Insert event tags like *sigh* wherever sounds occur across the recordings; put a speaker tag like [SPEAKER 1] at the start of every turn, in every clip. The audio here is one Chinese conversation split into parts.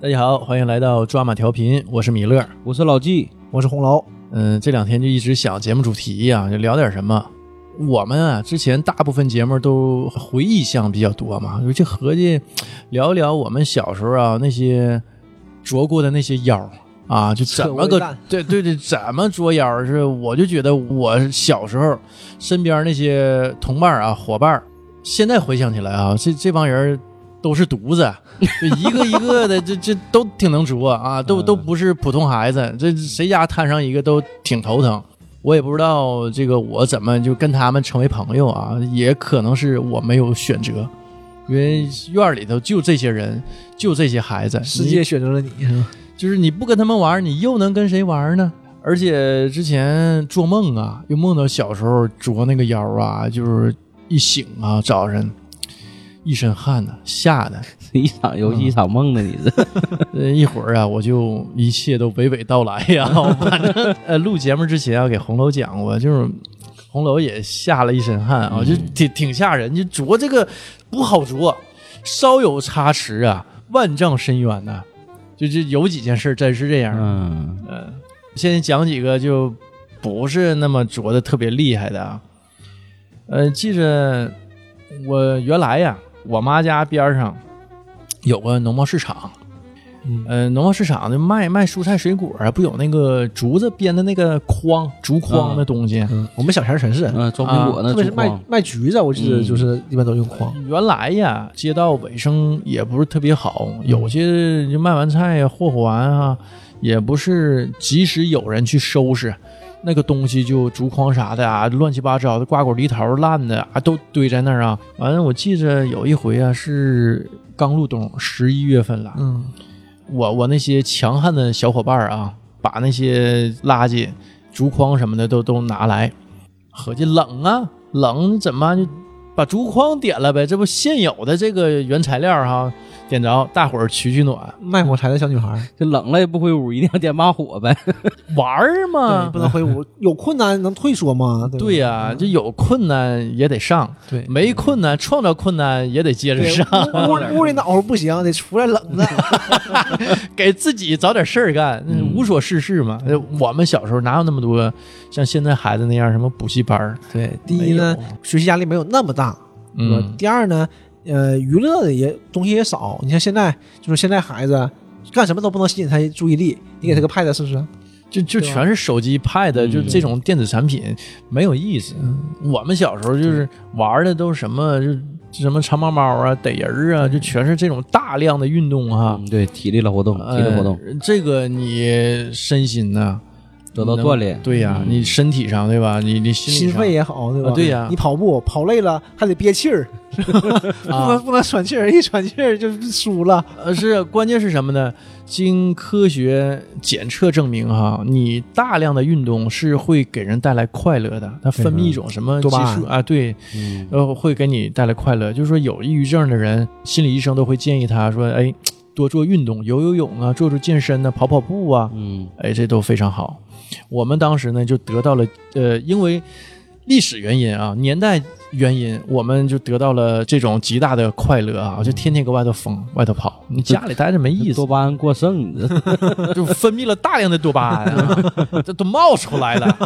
[SPEAKER 1] 大家好，欢迎来到抓马调频，我是米勒，
[SPEAKER 2] 我是老纪，
[SPEAKER 3] 我是红楼。
[SPEAKER 1] 嗯，这两天就一直想节目主题啊，就聊点什么。我们啊，之前大部分节目都回忆项比较多嘛，就这合计聊一聊我们小时候啊那些捉过的那些妖啊，就怎么
[SPEAKER 3] 扯过
[SPEAKER 1] 个
[SPEAKER 3] 的蛋
[SPEAKER 1] *laughs* 对对对，怎么捉妖是？我就觉得我小时候身边那些同伴啊伙伴，现在回想起来啊，这这帮人。都是犊
[SPEAKER 3] *laughs*
[SPEAKER 1] 子，就一个一个的，这这都挺能捉啊，
[SPEAKER 3] 嗯
[SPEAKER 1] 都都不是普通孩子，这谁家摊上一个都挺头疼。我也不知道这个我怎么就跟他们成为朋友啊，也可能是我没有选择，因为院里头就这些人，就这些孩子，
[SPEAKER 3] 世界选择了你，
[SPEAKER 1] 你就是你不跟他们玩，你又能跟谁玩呢？而且之前做梦啊，又梦到小时候捉那个妖啊，就是一醒啊，早晨一身汗呐、吓得
[SPEAKER 2] 一场游戏一场梦呢，你是？
[SPEAKER 1] 呃，一会儿啊，我就一切都娓娓道来呀、 *laughs* 反正呃，录节目之前啊，给红楼讲过，就是红楼也吓了一身汗啊，就挺挺吓人。就着这个不好着，稍有差池啊，万丈深渊呐、就就有几件事真是这样。
[SPEAKER 2] *laughs* 嗯，
[SPEAKER 1] 嗯，先讲几个就不是那么着的特别厉害的啊。呃，记着我原来呀，我妈家边儿上有个农贸市场，
[SPEAKER 3] 嗯
[SPEAKER 1] 呃，农贸市场就卖卖蔬菜水果啊，不有那个竹子编的那个筐、竹筐的东西。
[SPEAKER 3] 嗯，我们小前儿全是，
[SPEAKER 2] 嗯，装苹果呢，
[SPEAKER 3] 特别是
[SPEAKER 2] 竹
[SPEAKER 3] 卖
[SPEAKER 2] 筐
[SPEAKER 3] 卖橘子，我记得
[SPEAKER 2] 嗯
[SPEAKER 3] 就是一般都用筐。
[SPEAKER 1] 原来呀，街道卫生也不是特别好，有些就卖完菜呀、霍霍完啊，也不是及时有人去收拾，那个东西就竹筐啥的啊，乱七八糟的瓜果梨桃烂的啊，都堆在那儿啊。完了，我记着有一回啊，是刚入冬，十一月份了，
[SPEAKER 3] 嗯，
[SPEAKER 1] 我我那些强悍的小伙伴儿啊，把那些垃圾、竹筐什么的都都拿来，合计冷啊，冷怎么就把竹筐点了呗？这不现有的这个原材料哈、点着，大伙儿取取暖，
[SPEAKER 3] 卖火柴的小女孩儿，
[SPEAKER 2] 这冷了也不回屋，一定要点把火呗。
[SPEAKER 1] 玩儿
[SPEAKER 3] 对，嗯
[SPEAKER 1] 嘛
[SPEAKER 3] 不。能回 *laughs* 屋，有困难能退缩吗？对吧
[SPEAKER 1] 对呀、这有困难也得上，
[SPEAKER 3] 对
[SPEAKER 1] 没困难创造困难也得接着
[SPEAKER 3] 对
[SPEAKER 1] 上，
[SPEAKER 3] *laughs* 屋屋里暖和不行， *laughs* 得出来冷的。
[SPEAKER 1] 给自己找点事儿干，
[SPEAKER 2] 嗯
[SPEAKER 1] 无所事事嘛。我们小时候哪有那么多像现在孩子那样什么补习班儿？
[SPEAKER 3] 对，第一呢
[SPEAKER 1] 没，
[SPEAKER 3] 学习压力没有那么大，对吧
[SPEAKER 1] 嗯，
[SPEAKER 3] 第二呢，呃，娱乐的也东西也少。你像现在，就是现在孩子干什么都不能吸引他注意力，你给他个 pad 是不是？
[SPEAKER 1] 就就
[SPEAKER 3] 对吧
[SPEAKER 1] 全是手机、pad，
[SPEAKER 2] 嗯
[SPEAKER 1] 就这种电子产品没有意思。
[SPEAKER 3] 嗯
[SPEAKER 1] 我们小时候就是玩的都是什么，就什么长毛猫啊、逮人儿啊，就全是这种大量的运动哈
[SPEAKER 2] 嗯，。对，体力的活动，体力活动
[SPEAKER 1] 啊呃，
[SPEAKER 3] 嗯
[SPEAKER 1] 这个你身心呐
[SPEAKER 2] 得到
[SPEAKER 1] 能
[SPEAKER 2] 锻炼。
[SPEAKER 1] 对呀，
[SPEAKER 2] 嗯
[SPEAKER 1] 你身体上对吧？你你心
[SPEAKER 3] 心
[SPEAKER 1] 理上
[SPEAKER 3] 肺也好，对吧？
[SPEAKER 1] 啊对呀
[SPEAKER 3] 你跑步跑累了还得憋气 *laughs* 儿，不能
[SPEAKER 1] 啊，
[SPEAKER 3] 不能喘气儿，一喘气儿就输 *laughs* 了。
[SPEAKER 1] 呃是关键是什么呢？经科学检测证明哈，你大量的运动是会给人带来快乐的，它分泌一种什么激
[SPEAKER 3] 多巴胺
[SPEAKER 1] 素啊？对，
[SPEAKER 2] 嗯，
[SPEAKER 1] 呃，会给你带来快乐。就是说，有抑郁症的人，心理医生都会建议他说：“哎，多做运动，游游泳啊，做做健身呢、跑跑步啊，
[SPEAKER 2] 嗯，
[SPEAKER 1] 哎，这都非常好。”我们当时呢，就得到了呃，因为历史原因啊，年代原因，我们就得到了这种极大的快乐啊！就天天搁外头疯，外头跑，你家里待着没意思
[SPEAKER 2] 多，巴胺过剩，你这 *laughs*
[SPEAKER 1] 就分泌了大量的多巴胺、啊，这都冒出来了。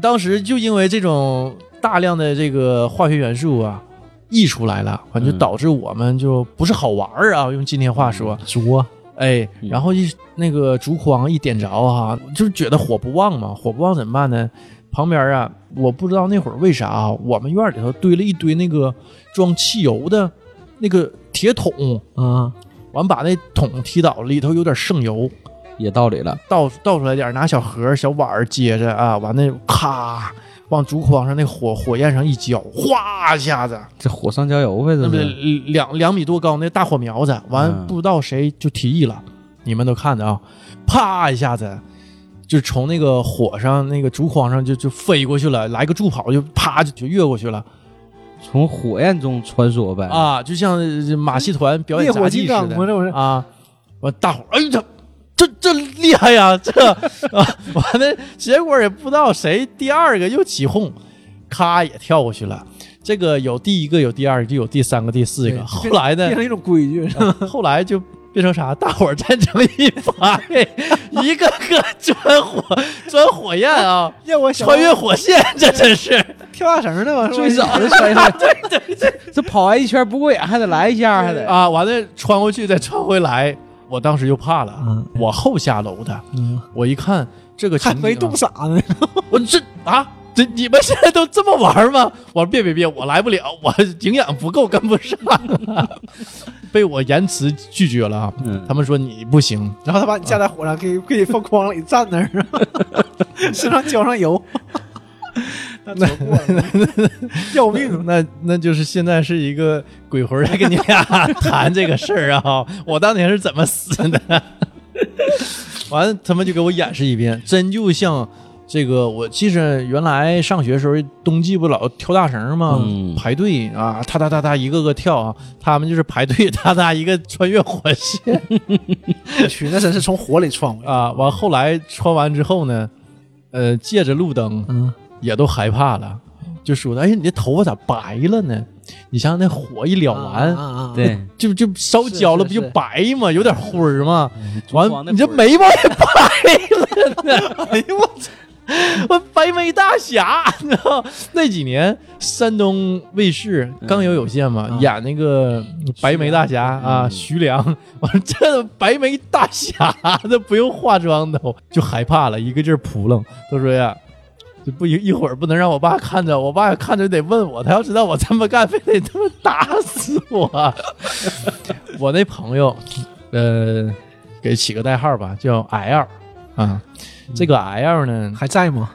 [SPEAKER 1] 当时就因为这种大量的这个化学元素啊，溢出来了，反正就
[SPEAKER 2] 嗯
[SPEAKER 1] 导致我们就不是好玩儿啊，用今天话说，
[SPEAKER 3] 足
[SPEAKER 1] 哎，
[SPEAKER 2] 嗯
[SPEAKER 1] 然后一那个竹筐一点着哈、就是觉得火不旺嘛，火不旺怎么办呢？旁边啊，我不知道那会儿为啥啊，我们院里头堆了一堆那个装汽油的那个铁桶，
[SPEAKER 3] 啊，
[SPEAKER 1] 完把那桶踢倒，里头有点剩油。
[SPEAKER 2] 也道理了。
[SPEAKER 1] 倒倒出来点儿，拿小盒儿、小碗儿接着啊，完了咔往竹筐上那火火焰上一浇，哗一下子，
[SPEAKER 2] 这火上浇油呗，
[SPEAKER 3] 嗯
[SPEAKER 1] 那
[SPEAKER 2] 这
[SPEAKER 1] 不得
[SPEAKER 2] 是。
[SPEAKER 1] 两两米多高那大火苗子，完
[SPEAKER 2] 嗯
[SPEAKER 1] 不知道谁就提议了，你们都看着啊，啪一下子。就从那个火上、那个竹筐上就就飞过去了，来个助跑就啪就就越过去了
[SPEAKER 2] 从火焰中穿梭呗。
[SPEAKER 1] 啊！就像马戏团表演
[SPEAKER 3] 烈火
[SPEAKER 1] 杂技
[SPEAKER 3] 金
[SPEAKER 1] 似
[SPEAKER 3] 刚嘛，
[SPEAKER 1] 的
[SPEAKER 3] 这不是？
[SPEAKER 1] 啊！完大伙儿，哎呀，这这厉害呀！这啊， *laughs* 完了，结果也不知道谁第二个又起哄，咔也跳过去了。这个有第一个，有第二个，就有第三个、第四个。
[SPEAKER 3] 对
[SPEAKER 1] 后来呢
[SPEAKER 3] 变？成一种规矩，
[SPEAKER 1] 后来就别成啥，大伙儿站成一排，
[SPEAKER 3] *laughs*
[SPEAKER 1] 一个个钻火钻火焰啊，
[SPEAKER 3] *laughs* 要我想到
[SPEAKER 1] 穿越火线，这真是
[SPEAKER 3] 跳大绳呢嘛，是吧
[SPEAKER 2] 最早的穿越，对对， *laughs* 这跑完一圈不过瘾，还得来一下，还得。
[SPEAKER 1] 啊！完了穿过去再穿回来，我当时就怕了，
[SPEAKER 3] 嗯
[SPEAKER 1] 我后下楼的，
[SPEAKER 3] 嗯
[SPEAKER 1] 我一看这个情
[SPEAKER 3] *laughs* 还
[SPEAKER 1] 景、啊，
[SPEAKER 3] 没冻傻呢，
[SPEAKER 1] *laughs* 我这啊，这你们现在都这么玩吗？我说别别别，我来不了，我营养不够，跟不上、 *laughs* 被我言辞拒绝了啊。
[SPEAKER 2] 嗯
[SPEAKER 1] 他们说你不行，
[SPEAKER 3] 然后他把你架在火上，给 *laughs* 给你放筐里站那儿， *laughs* 身上浇上油， *laughs* 那走过了， *laughs* 要命！啊
[SPEAKER 1] *laughs* 那那就是现在是一个鬼魂在跟你俩 *laughs* 谈这个事儿啊。我当年是怎么死的？ *laughs* 完了，他们就给我演示一遍，真就像这个。我记着原来上学时候，冬季不老跳大绳吗？
[SPEAKER 2] 嗯
[SPEAKER 1] 排队啊，哒哒哒哒，一个个跳啊。他们就是排队，哒哒一个穿越火线
[SPEAKER 3] 我去，那真是从火里窜过去。
[SPEAKER 1] 啊。完后来穿完之后呢，呃，借着路灯，
[SPEAKER 3] 嗯，
[SPEAKER 1] 也都害怕了，就说的：“哎，你这头发咋白了呢？你像那火一燎完，
[SPEAKER 3] 啊啊，啊，
[SPEAKER 2] 对，
[SPEAKER 1] 就就烧焦了，不
[SPEAKER 2] 是是
[SPEAKER 1] 就白吗？有点灰儿吗？
[SPEAKER 2] 嗯黄
[SPEAKER 1] 完，
[SPEAKER 2] 的
[SPEAKER 1] 你这
[SPEAKER 2] 灰儿
[SPEAKER 1] 眉毛也白了呢！哎呦我操！我白眉大侠，你知道那几年山东卫视刚有有线嘛，
[SPEAKER 3] 嗯啊
[SPEAKER 1] 演那个白眉大侠啊，
[SPEAKER 2] 嗯
[SPEAKER 1] 徐良，完这白眉大侠，那不用化妆都就害怕了，一个劲儿扑棱，他说呀。就不一一会儿不能让我爸看着，我爸要看着得问我，他要知道我这么干，非得他妈打死我。 *laughs* 我那朋友，呃，给起个代号吧，叫 L 啊。这个 L 呢，
[SPEAKER 3] 还在吗？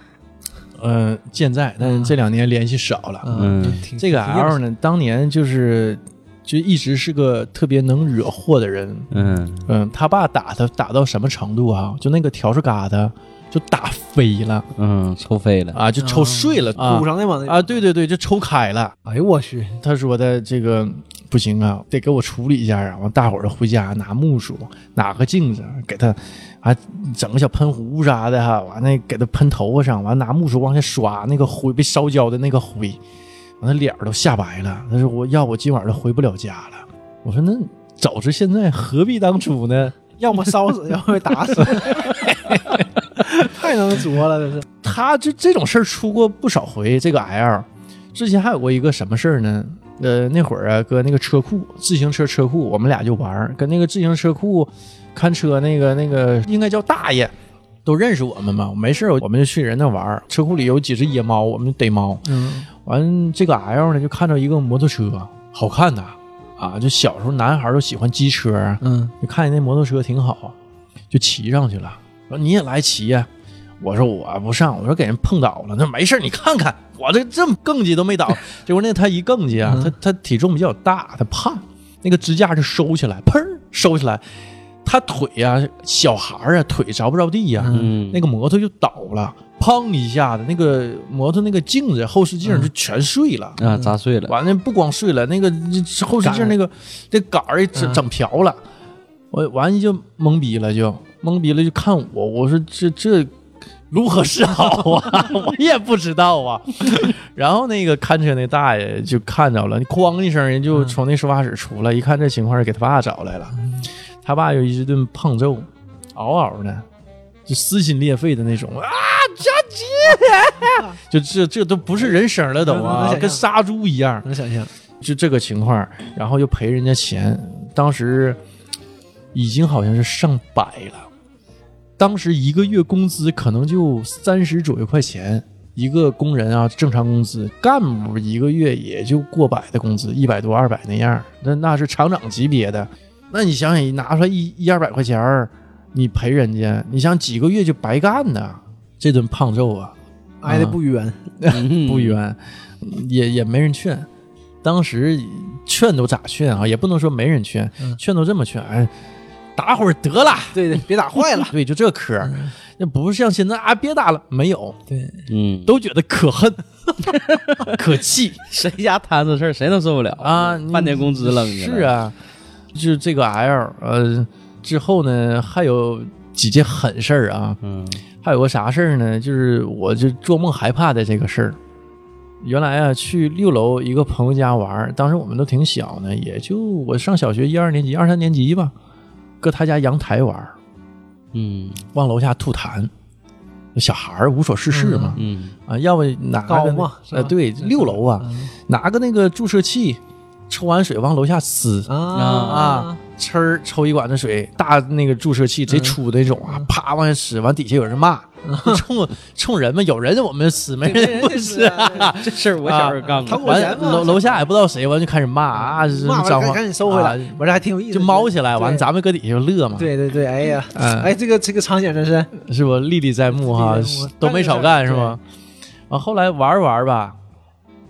[SPEAKER 1] 呃，健在，但是这两年联系少了。
[SPEAKER 2] 嗯
[SPEAKER 3] 啊挺
[SPEAKER 1] 这个 L 呢，当年就是就一直是个特别能惹祸的人。
[SPEAKER 2] 嗯，
[SPEAKER 1] 嗯，他爸打他打到什么程度啊？就那个笤帚疙瘩就打飞了
[SPEAKER 2] 嗯，抽飞了，
[SPEAKER 1] 啊，就抽碎了啊
[SPEAKER 3] 鼓上的嘛，那个
[SPEAKER 1] 啊，对对对，就抽开了。
[SPEAKER 3] 哎呦我去，
[SPEAKER 1] 他说的这个不行啊，得给我处理一下啊！完，大伙儿回家拿木梳，拿个镜子给他啊，整个小喷壶啥的哈，完了给他喷头发上，完了拿木梳往下刷那个灰，被烧焦的那个灰，完了脸儿都吓白了。他说我要我今晚都回不了家了。我说那早知现在何必当初呢？
[SPEAKER 3] 要么烧死，要么被打死， *laughs* 太能作了，这是。
[SPEAKER 1] 他就这种事儿出过不少回。这个 L 之前还有过一个什么事儿呢？呃，那会儿啊，搁那个车库，自行车车库，我们俩就玩儿，跟那个自行车库看车那个那个应该叫大爷，都认识我们嘛。没事儿我们就去人那玩儿，车库里有几只野猫，我们就逮猫。
[SPEAKER 3] 嗯
[SPEAKER 1] 完，这个 L 呢就看着一个摩托车，好看呐，啊，就小时候男孩儿都喜欢机车啊，
[SPEAKER 3] 嗯
[SPEAKER 1] 就看见那摩托车挺好，就骑上去了。说你也来骑呀、我说我不上，我说给人碰倒了。那没事儿你看看我这这么更叽都
[SPEAKER 3] *laughs*
[SPEAKER 1] 没倒。结果那他一更叽啊，
[SPEAKER 3] 嗯
[SPEAKER 1] 他他体重比较大，他胖，那个支架就收起来，砰收起来，他腿呀、小孩儿啊腿着不着地呀、
[SPEAKER 3] 嗯
[SPEAKER 2] 嗯，
[SPEAKER 1] 那个摩托就倒了，砰一下子，那个摩托那个镜子后视镜就全碎了。
[SPEAKER 2] 啊砸碎了，
[SPEAKER 1] 完了不光碎了，那个后视镜那个这杆儿也整
[SPEAKER 3] 嗯
[SPEAKER 1] 整瓢了，我完就懵逼了就，懵逼了就看我，我说这这如何是好啊？我也不知道
[SPEAKER 3] *laughs*
[SPEAKER 1] 啊。然后那个看车那大爷就看着了，哐一声人就从那收发室出
[SPEAKER 3] 嗯
[SPEAKER 1] 来，一看这情况，给他爸找来了，他爸又一顿胖揍，嗷嗷的。就撕心裂肺的那种啊，佳
[SPEAKER 3] *laughs*
[SPEAKER 1] 琪，就这这都不是人声了都
[SPEAKER 3] 能
[SPEAKER 1] 啊，
[SPEAKER 3] 嗯想
[SPEAKER 1] 跟
[SPEAKER 3] 象
[SPEAKER 1] 杀猪一样。
[SPEAKER 3] 能想象，
[SPEAKER 1] 就这个情况，然后又赔人家钱，当时已经好像是上百了，当时一个月工资可能就三十左右块钱，一个工人啊，正常工资，干部一个月也就过百的工资，一百多二百那样儿，那那是厂长级别的，那你想想，你拿出来一一二百块钱儿，你赔人家，你想几个月就白干呢，这顿胖揍啊，
[SPEAKER 3] 挨的不冤。
[SPEAKER 2] 嗯
[SPEAKER 1] 不，冤，也也没人劝。当时劝都咋劝啊？也不能说没人劝，
[SPEAKER 3] 嗯
[SPEAKER 1] 劝都这么劝，哎，打会儿得了。
[SPEAKER 3] 对对，别打坏了。
[SPEAKER 1] 对，就这嗑儿，那不是像现在啊，别打了，没有，
[SPEAKER 3] 对，
[SPEAKER 2] 嗯，
[SPEAKER 1] 都觉得可恨、
[SPEAKER 2] *laughs*
[SPEAKER 1] 可气
[SPEAKER 2] 谁家摊子事儿谁能受不了
[SPEAKER 1] 啊！你
[SPEAKER 2] 半年工资扔去了
[SPEAKER 1] 是啊，就这个 L，呃，之后呢还有几件狠事儿啊，
[SPEAKER 2] 嗯
[SPEAKER 1] 还有个啥事儿呢？就是我就做梦害怕的这个事儿。原来啊，去六楼一个朋友家玩儿，当时我们都挺小呢，也就我上小学一二年级、二三年级吧。搁他家阳台玩儿，
[SPEAKER 2] 嗯
[SPEAKER 1] 往楼下吐痰。小孩儿无所事事嘛，
[SPEAKER 2] 嗯
[SPEAKER 1] 啊，要不拿个
[SPEAKER 3] 高
[SPEAKER 1] 那
[SPEAKER 3] 嘛是吧
[SPEAKER 1] 呃，对，六楼啊，拿个那个注射器，抽完水往楼下呲，
[SPEAKER 3] 啊
[SPEAKER 1] 啊，呲儿抽一管子水，大那个注射器贼
[SPEAKER 3] 嗯
[SPEAKER 1] 粗的那种啊，啪往下使，完底下有人
[SPEAKER 3] *laughs*
[SPEAKER 1] 骂，冲冲人嘛，有人我们使，没人不使啊。
[SPEAKER 2] 啊，这事儿我小时候干
[SPEAKER 3] 啊他
[SPEAKER 2] 过
[SPEAKER 3] 给。我钱
[SPEAKER 1] 完
[SPEAKER 3] 嘛
[SPEAKER 1] 楼楼下也不知道谁，完就开始骂啊，是
[SPEAKER 3] 嗯骂
[SPEAKER 1] 脏
[SPEAKER 3] 完
[SPEAKER 1] 话，
[SPEAKER 3] 赶紧收回来
[SPEAKER 1] 啊，
[SPEAKER 3] 我这还挺有意思，
[SPEAKER 1] 就猫起来，完
[SPEAKER 3] 对
[SPEAKER 1] 咱们搁底下就乐嘛，
[SPEAKER 3] 对对对，哎呀，
[SPEAKER 1] 嗯
[SPEAKER 3] 哎，这个这个场景真是，
[SPEAKER 1] 是不？历历在目哈
[SPEAKER 3] 历历在目，
[SPEAKER 1] 都没少干是吧？完后来玩儿玩儿吧，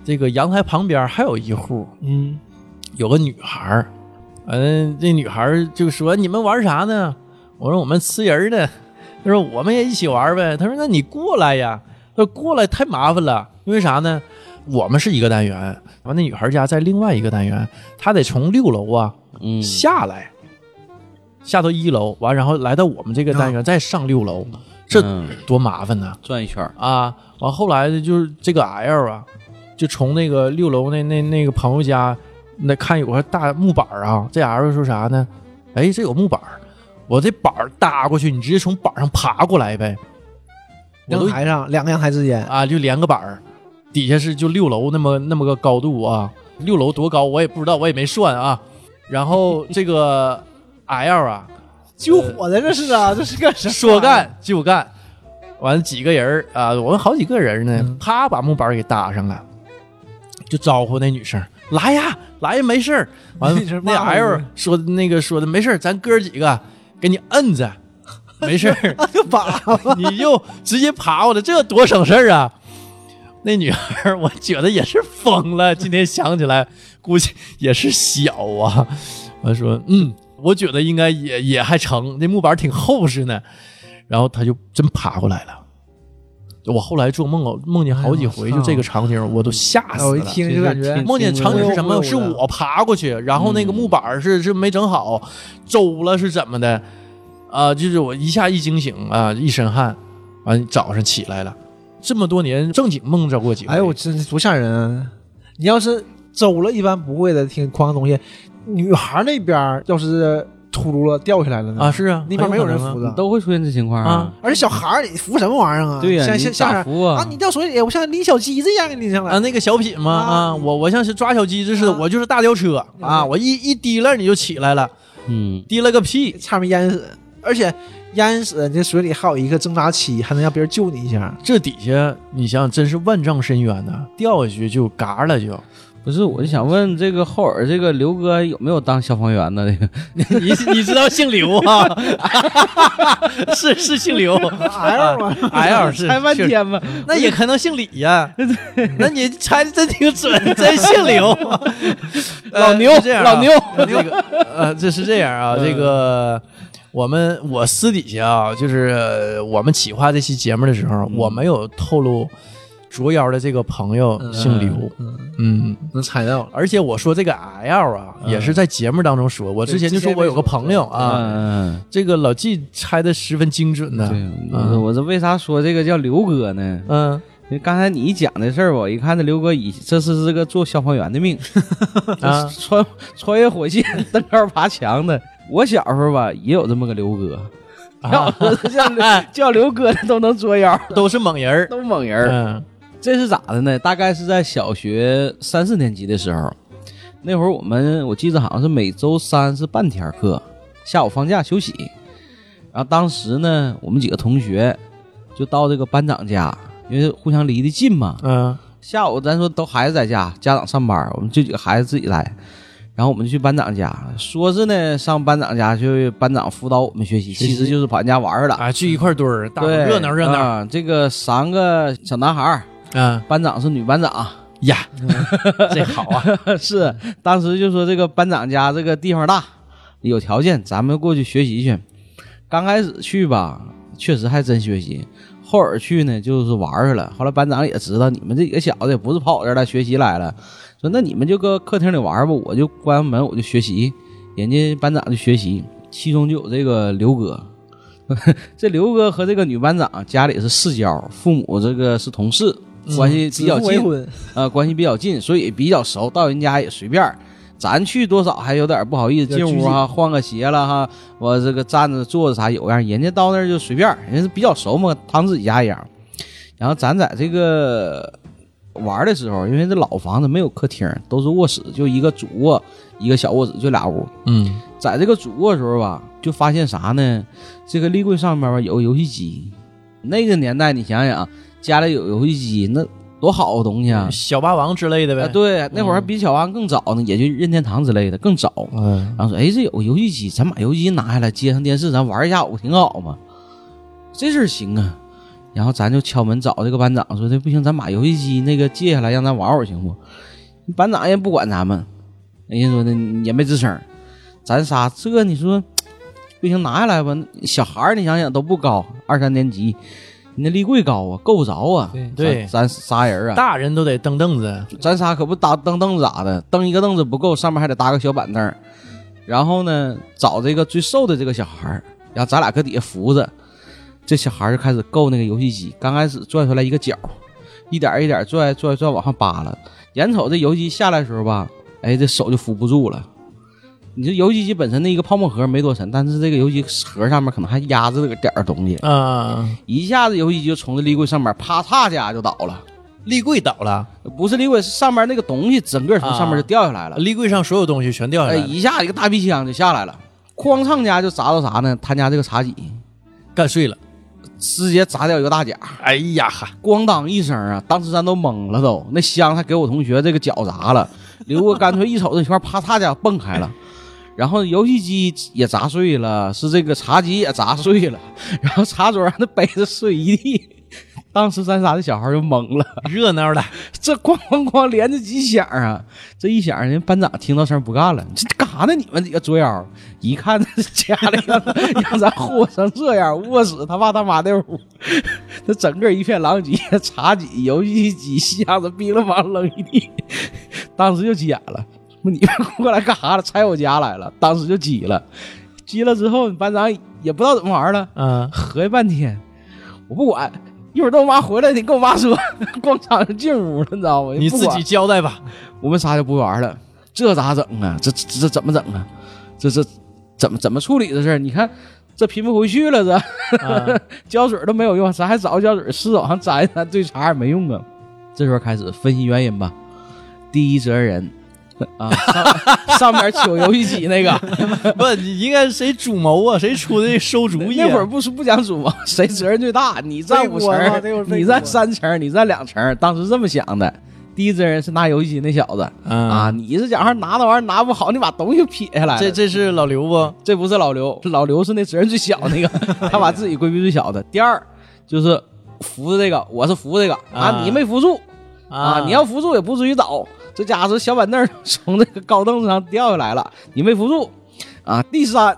[SPEAKER 1] 这个阳台旁边还有一户，
[SPEAKER 3] 嗯，
[SPEAKER 1] 有个女孩儿，嗯，这女孩儿就说：“你们玩啥呢？”我说：“我们呲人儿呢。”她说：“我们也一起玩呗。”她说：“那你过来呀。”她说：“过来太麻烦了，因为啥呢？我们是一个单元，完那女孩家在另外一个单元，她得从六楼啊
[SPEAKER 2] 嗯
[SPEAKER 1] 下来，下到一楼，完然后来到我们这个单元，再上六楼，这
[SPEAKER 2] 嗯
[SPEAKER 1] 多麻烦呢！
[SPEAKER 2] 转一圈儿，
[SPEAKER 1] 啊，完后来就是这个 L 啊，就从那个六楼那那那个朋友家那看有个大木板儿啊，这 L 说啥呢？哎，这有木板儿，我这板儿搭过去，你直接从板儿上爬过来呗。我
[SPEAKER 3] 阳
[SPEAKER 1] 都
[SPEAKER 3] 台上两个阳台之间，
[SPEAKER 1] 啊，就连个板儿，底下是就六楼那么那么个高度啊，六楼多高我也不知道，我也没算啊。然后这个 L 啊，
[SPEAKER 3] 救火的这是啊，这是干
[SPEAKER 1] *laughs*
[SPEAKER 3] 啥？
[SPEAKER 1] 说干就干，完了几个人儿啊，我们好几个人呢，啪把木板给搭上了，就招呼那女生来呀来呀，没事儿。完了
[SPEAKER 3] 一直骂
[SPEAKER 1] 那
[SPEAKER 3] 我
[SPEAKER 1] L 说的那个说的没事儿，咱哥几个给你摁着，没事儿，
[SPEAKER 3] 啊就
[SPEAKER 1] *laughs*
[SPEAKER 3] 把
[SPEAKER 1] 你就直接爬过来，这多省事儿啊！那女孩儿，我觉得也是疯了。今天想起来，估计也是小啊。我说，嗯，我觉得应该也也还成，那木板挺厚实呢。然后她就真爬过来了。我后来做梦，我梦见好几回，
[SPEAKER 3] 哎呦
[SPEAKER 1] 就这个场景，哎我都吓死
[SPEAKER 3] 我一
[SPEAKER 1] 了。
[SPEAKER 3] 听就感觉
[SPEAKER 1] 梦见场景是什么？是我爬过去，然后那个
[SPEAKER 3] 嗯
[SPEAKER 1] 木板儿是是没整好，周了是怎么的？啊、就是我一下一惊醒啊、一身汗，完早上起来了。这么多年正经梦着过几回？
[SPEAKER 3] 哎呦，我真多吓人、啊！你要是走了，一般不会的，挺哐当东西。女孩那边儿要是秃噜了掉下来了呢？
[SPEAKER 1] 啊，是啊，
[SPEAKER 3] 那边没有人
[SPEAKER 1] 很
[SPEAKER 3] 扶
[SPEAKER 1] 可能啊
[SPEAKER 3] 的，
[SPEAKER 2] 都会出现这情况
[SPEAKER 1] 啊。
[SPEAKER 3] 而且小孩儿你扶什么玩意儿啊？
[SPEAKER 2] 对呀，
[SPEAKER 3] 像
[SPEAKER 2] 你
[SPEAKER 3] 像像
[SPEAKER 2] 咋
[SPEAKER 3] 啥
[SPEAKER 2] 扶
[SPEAKER 3] 啊，你掉水里，我像李小鸡这样给你上来
[SPEAKER 1] 啊，。那个小品嘛
[SPEAKER 3] 啊
[SPEAKER 1] 啊，我我像是抓小鸡子似的，
[SPEAKER 3] 啊
[SPEAKER 1] 我就是大吊车啊，
[SPEAKER 3] 嗯
[SPEAKER 1] 我一一提溜你就起来了，
[SPEAKER 2] 嗯，
[SPEAKER 1] 提了个屁，
[SPEAKER 3] 差点淹死，而且淹死这水里还有一个挣扎期，还能让别人救你一下。
[SPEAKER 1] 这底下你想想真是万丈深渊呐，掉下去就嘎了就。
[SPEAKER 2] 不是，我就想问这个后耳这个刘哥有没有当消防员呢？这个
[SPEAKER 1] 你你知道姓刘啊？ *laughs* 是是姓刘啊
[SPEAKER 3] L 嘛
[SPEAKER 1] ，L 是
[SPEAKER 2] 猜半，
[SPEAKER 1] 是
[SPEAKER 2] 天吧，
[SPEAKER 1] 那也可能姓李
[SPEAKER 2] *laughs*
[SPEAKER 1] 呀、 *laughs* 那你猜的真挺准，真姓刘。
[SPEAKER 2] *laughs* 老牛
[SPEAKER 1] 呃是这样啊
[SPEAKER 2] 老牛嗯
[SPEAKER 1] 这个
[SPEAKER 2] *laughs*
[SPEAKER 1] 呃，这是这样啊，这个。我们我私底下啊，就是呃我们企划这期节目的时
[SPEAKER 2] 嗯
[SPEAKER 1] 候，我没有透露卓瑶的这个朋友姓刘，嗯，
[SPEAKER 3] 能猜到了。
[SPEAKER 1] 而且我说这个 L 啊，也是在节目当中说，我之前就说我有个朋友啊，
[SPEAKER 2] 嗯
[SPEAKER 1] 这个老纪猜的十分精准呢。
[SPEAKER 2] 嗯，
[SPEAKER 3] 啊
[SPEAKER 2] 对，我
[SPEAKER 1] 嗯
[SPEAKER 2] 我这为啥说这个叫刘哥呢？
[SPEAKER 1] 嗯
[SPEAKER 2] 因为刚才你一讲的事儿吧，我一看这刘哥以这是这个做消防员的命，
[SPEAKER 1] 啊
[SPEAKER 2] *laughs* 穿穿越火线、 *laughs* 登高爬墙的。我小时候吧，也有这么个刘哥， *laughs* 要
[SPEAKER 1] 啊，
[SPEAKER 2] 说叫刘
[SPEAKER 1] *laughs*
[SPEAKER 2] 叫刘哥的都能捉妖，
[SPEAKER 1] 都是猛人儿。
[SPEAKER 2] 都猛人儿。
[SPEAKER 1] 嗯
[SPEAKER 2] 这是咋的呢？大概是在小学三四年级的时候，那会儿我们我记得好像是每周三是半天课，下午放假休息。然后当时呢，我们几个同学就到这个班长家，因为互相离得近嘛，
[SPEAKER 1] 嗯
[SPEAKER 2] 下午咱说都孩子在家，家长上班，我们这几个孩子自己来，然后我们就去班长家，说是呢上班长家去班长辅导我们学习，
[SPEAKER 1] 学习
[SPEAKER 2] 其实就是跑人家玩儿了。
[SPEAKER 1] 啊，聚一块堆儿，大伙
[SPEAKER 2] 对，
[SPEAKER 1] 儿热闹热闹。
[SPEAKER 2] 啊这个三个小男孩儿，
[SPEAKER 1] 嗯
[SPEAKER 2] 班长是女班长，
[SPEAKER 1] 呀，这好啊。
[SPEAKER 2] *laughs* 是当时就说这个班长家这个地方大，有条件，咱们过去学习去。刚开始去吧，确实还真学习。后耳去呢，就是玩儿去了。后来班长也知道你们这几个小子也不是跑这儿来学习来了，说那你们就搁客厅里玩儿吧，我就关门我就学习。人家班长就学习，其中就有这个刘哥。 *laughs* 这刘哥和这个女班长家里是世交，父母这个是同事，关系比较
[SPEAKER 3] 指腹
[SPEAKER 2] 近
[SPEAKER 3] 为。婚
[SPEAKER 2] 呃，关系比较近，所以比较熟，到人家也随便儿。咱去多少还有点不好意思，
[SPEAKER 3] 有
[SPEAKER 2] 进
[SPEAKER 3] 拘
[SPEAKER 2] 屋
[SPEAKER 3] 谨
[SPEAKER 2] 哈，换个鞋了哈，我这个站着坐着啥有样，人家到那儿就随便，人家是比较熟嘛，当自己家一样。然后咱在这个玩儿的时候，因为这老房子没有客厅，都是卧室，就一个主卧，一个小卧室，就俩屋。
[SPEAKER 1] 嗯，
[SPEAKER 2] 在这个主卧的时候吧，就发现啥呢？这个立柜上面吧有个游戏机，那个年代你想想，家里有游戏机那多好的东西啊！
[SPEAKER 1] 小霸王之类的
[SPEAKER 2] 啊，
[SPEAKER 1] 呗。
[SPEAKER 2] 对，那会儿还比小安更早呢，也就任天堂之类的更早。
[SPEAKER 1] 嗯，
[SPEAKER 2] 然后说，哎，这有个游戏机，咱把游戏机拿下来，接上电视，咱玩一下午挺好嘛。这事儿行啊。然后咱就敲门找这个班长说，这不行，咱把游戏机那个借下来，让咱玩会儿行不？班长也不管咱们，人家说那也没吱声儿。咱仨这你说不行，拿下来吧。小孩儿你想想都不高，二三年级，你那立柜高啊，够不着啊。
[SPEAKER 3] 对
[SPEAKER 1] 对
[SPEAKER 2] 咱咱仨人啊，
[SPEAKER 1] 大人都得蹬凳子，
[SPEAKER 2] 咱仨可不搭蹬凳子咋的？蹬一个凳子不够，上面还得搭个小板凳儿。然后呢，找这个最瘦的这个小孩儿，然后咱俩搁底下扶着，这小孩儿就开始够那个游戏机。刚开始拽出来一个角，一点儿一点儿拽拽拽往上扒拉，眼瞅这游戏机下来的时候吧，哎，这手就扶不住了。你这游戏机本身的一个泡沫盒没多沉，但是这个游戏盒上面可能还压着这个点儿东西，
[SPEAKER 1] 啊，
[SPEAKER 2] 一下子游戏机就从这立柜上面啪嚓家就倒了。
[SPEAKER 1] 立柜倒了，
[SPEAKER 2] 不是李鬼，是上面那个东西整个从上面就掉下来了，
[SPEAKER 1] 立柜上所有东西全啊掉下
[SPEAKER 2] 啊哎，
[SPEAKER 1] 来了，
[SPEAKER 2] 一下一个大鼻枪就下来了，哐当家就砸到啥呢？他家这个茶几
[SPEAKER 1] 干碎了。
[SPEAKER 2] 直接砸掉一个大甲，
[SPEAKER 1] 哎呀哈，
[SPEAKER 2] 咣当一声啊，当时咱都懵了都，那香还给我同学这个脚砸了，刘哥干脆一瞅这块啪嚓家蹦开了。然后游戏机也砸碎了，是这个茶几也砸碎了，然后茶桌上的杯子碎一地。当时咱仨这小孩就懵了，
[SPEAKER 1] 热闹的，
[SPEAKER 2] 这咣咣咣连着几响啊！这一响，人班长听到声不干了，这干啥呢？你们几个作妖！一看这家里让 *laughs* 让咱祸成这样，卧室他爸他妈那屋，这整个一片狼藉，茶几、游戏机、箱子噼里啪啦扔一地，当时就急眼了。那你们过来干啥了？拆我家来了！当时就急了，急了之后，班长也不知道怎么玩了，
[SPEAKER 1] 嗯，
[SPEAKER 2] 合计半天，我不管，一会儿等我妈回来，你跟我妈说， *laughs* 逛场就进屋了，你知道吗？
[SPEAKER 1] 你
[SPEAKER 2] 不
[SPEAKER 1] 自
[SPEAKER 2] 管
[SPEAKER 1] 己交代吧。
[SPEAKER 2] 我们仨就不玩了，这咋整啊？这这这怎么整啊？这这怎么怎么处理这事儿？你看这拼不回去了，这 *laughs*
[SPEAKER 1] 啊
[SPEAKER 2] 胶水都没有用，咱还找个胶水湿手上粘一粘对茬也没用啊。这时候开始分析原因吧。第一责任人啊，上 *laughs* 上面取游戏机那个，
[SPEAKER 1] 不，你应该谁主谋啊？谁出的馊主意、啊？
[SPEAKER 2] 那会儿不是不讲主谋， *laughs* 谁责任最大？你占五成
[SPEAKER 3] 被我了那会儿被我
[SPEAKER 2] 儿，你占三成儿，你占两成儿。当时这么想的。第一责任是拿游戏机那小子、啊，
[SPEAKER 1] 啊，
[SPEAKER 2] 你这家伙拿那玩意儿拿不好，你把东西撇下来了。
[SPEAKER 1] 这这是老刘不？
[SPEAKER 2] 这不是老刘，老刘是那责任最小那个，他把自己规避最小的。第二就是扶着这个，我是扶着这个
[SPEAKER 1] 啊
[SPEAKER 2] 啊，你没扶住啊，你要扶住也不至于倒。这家伙是小板凳儿 *laughs* 从这个高凳子上掉下来了，你没扶住啊。第三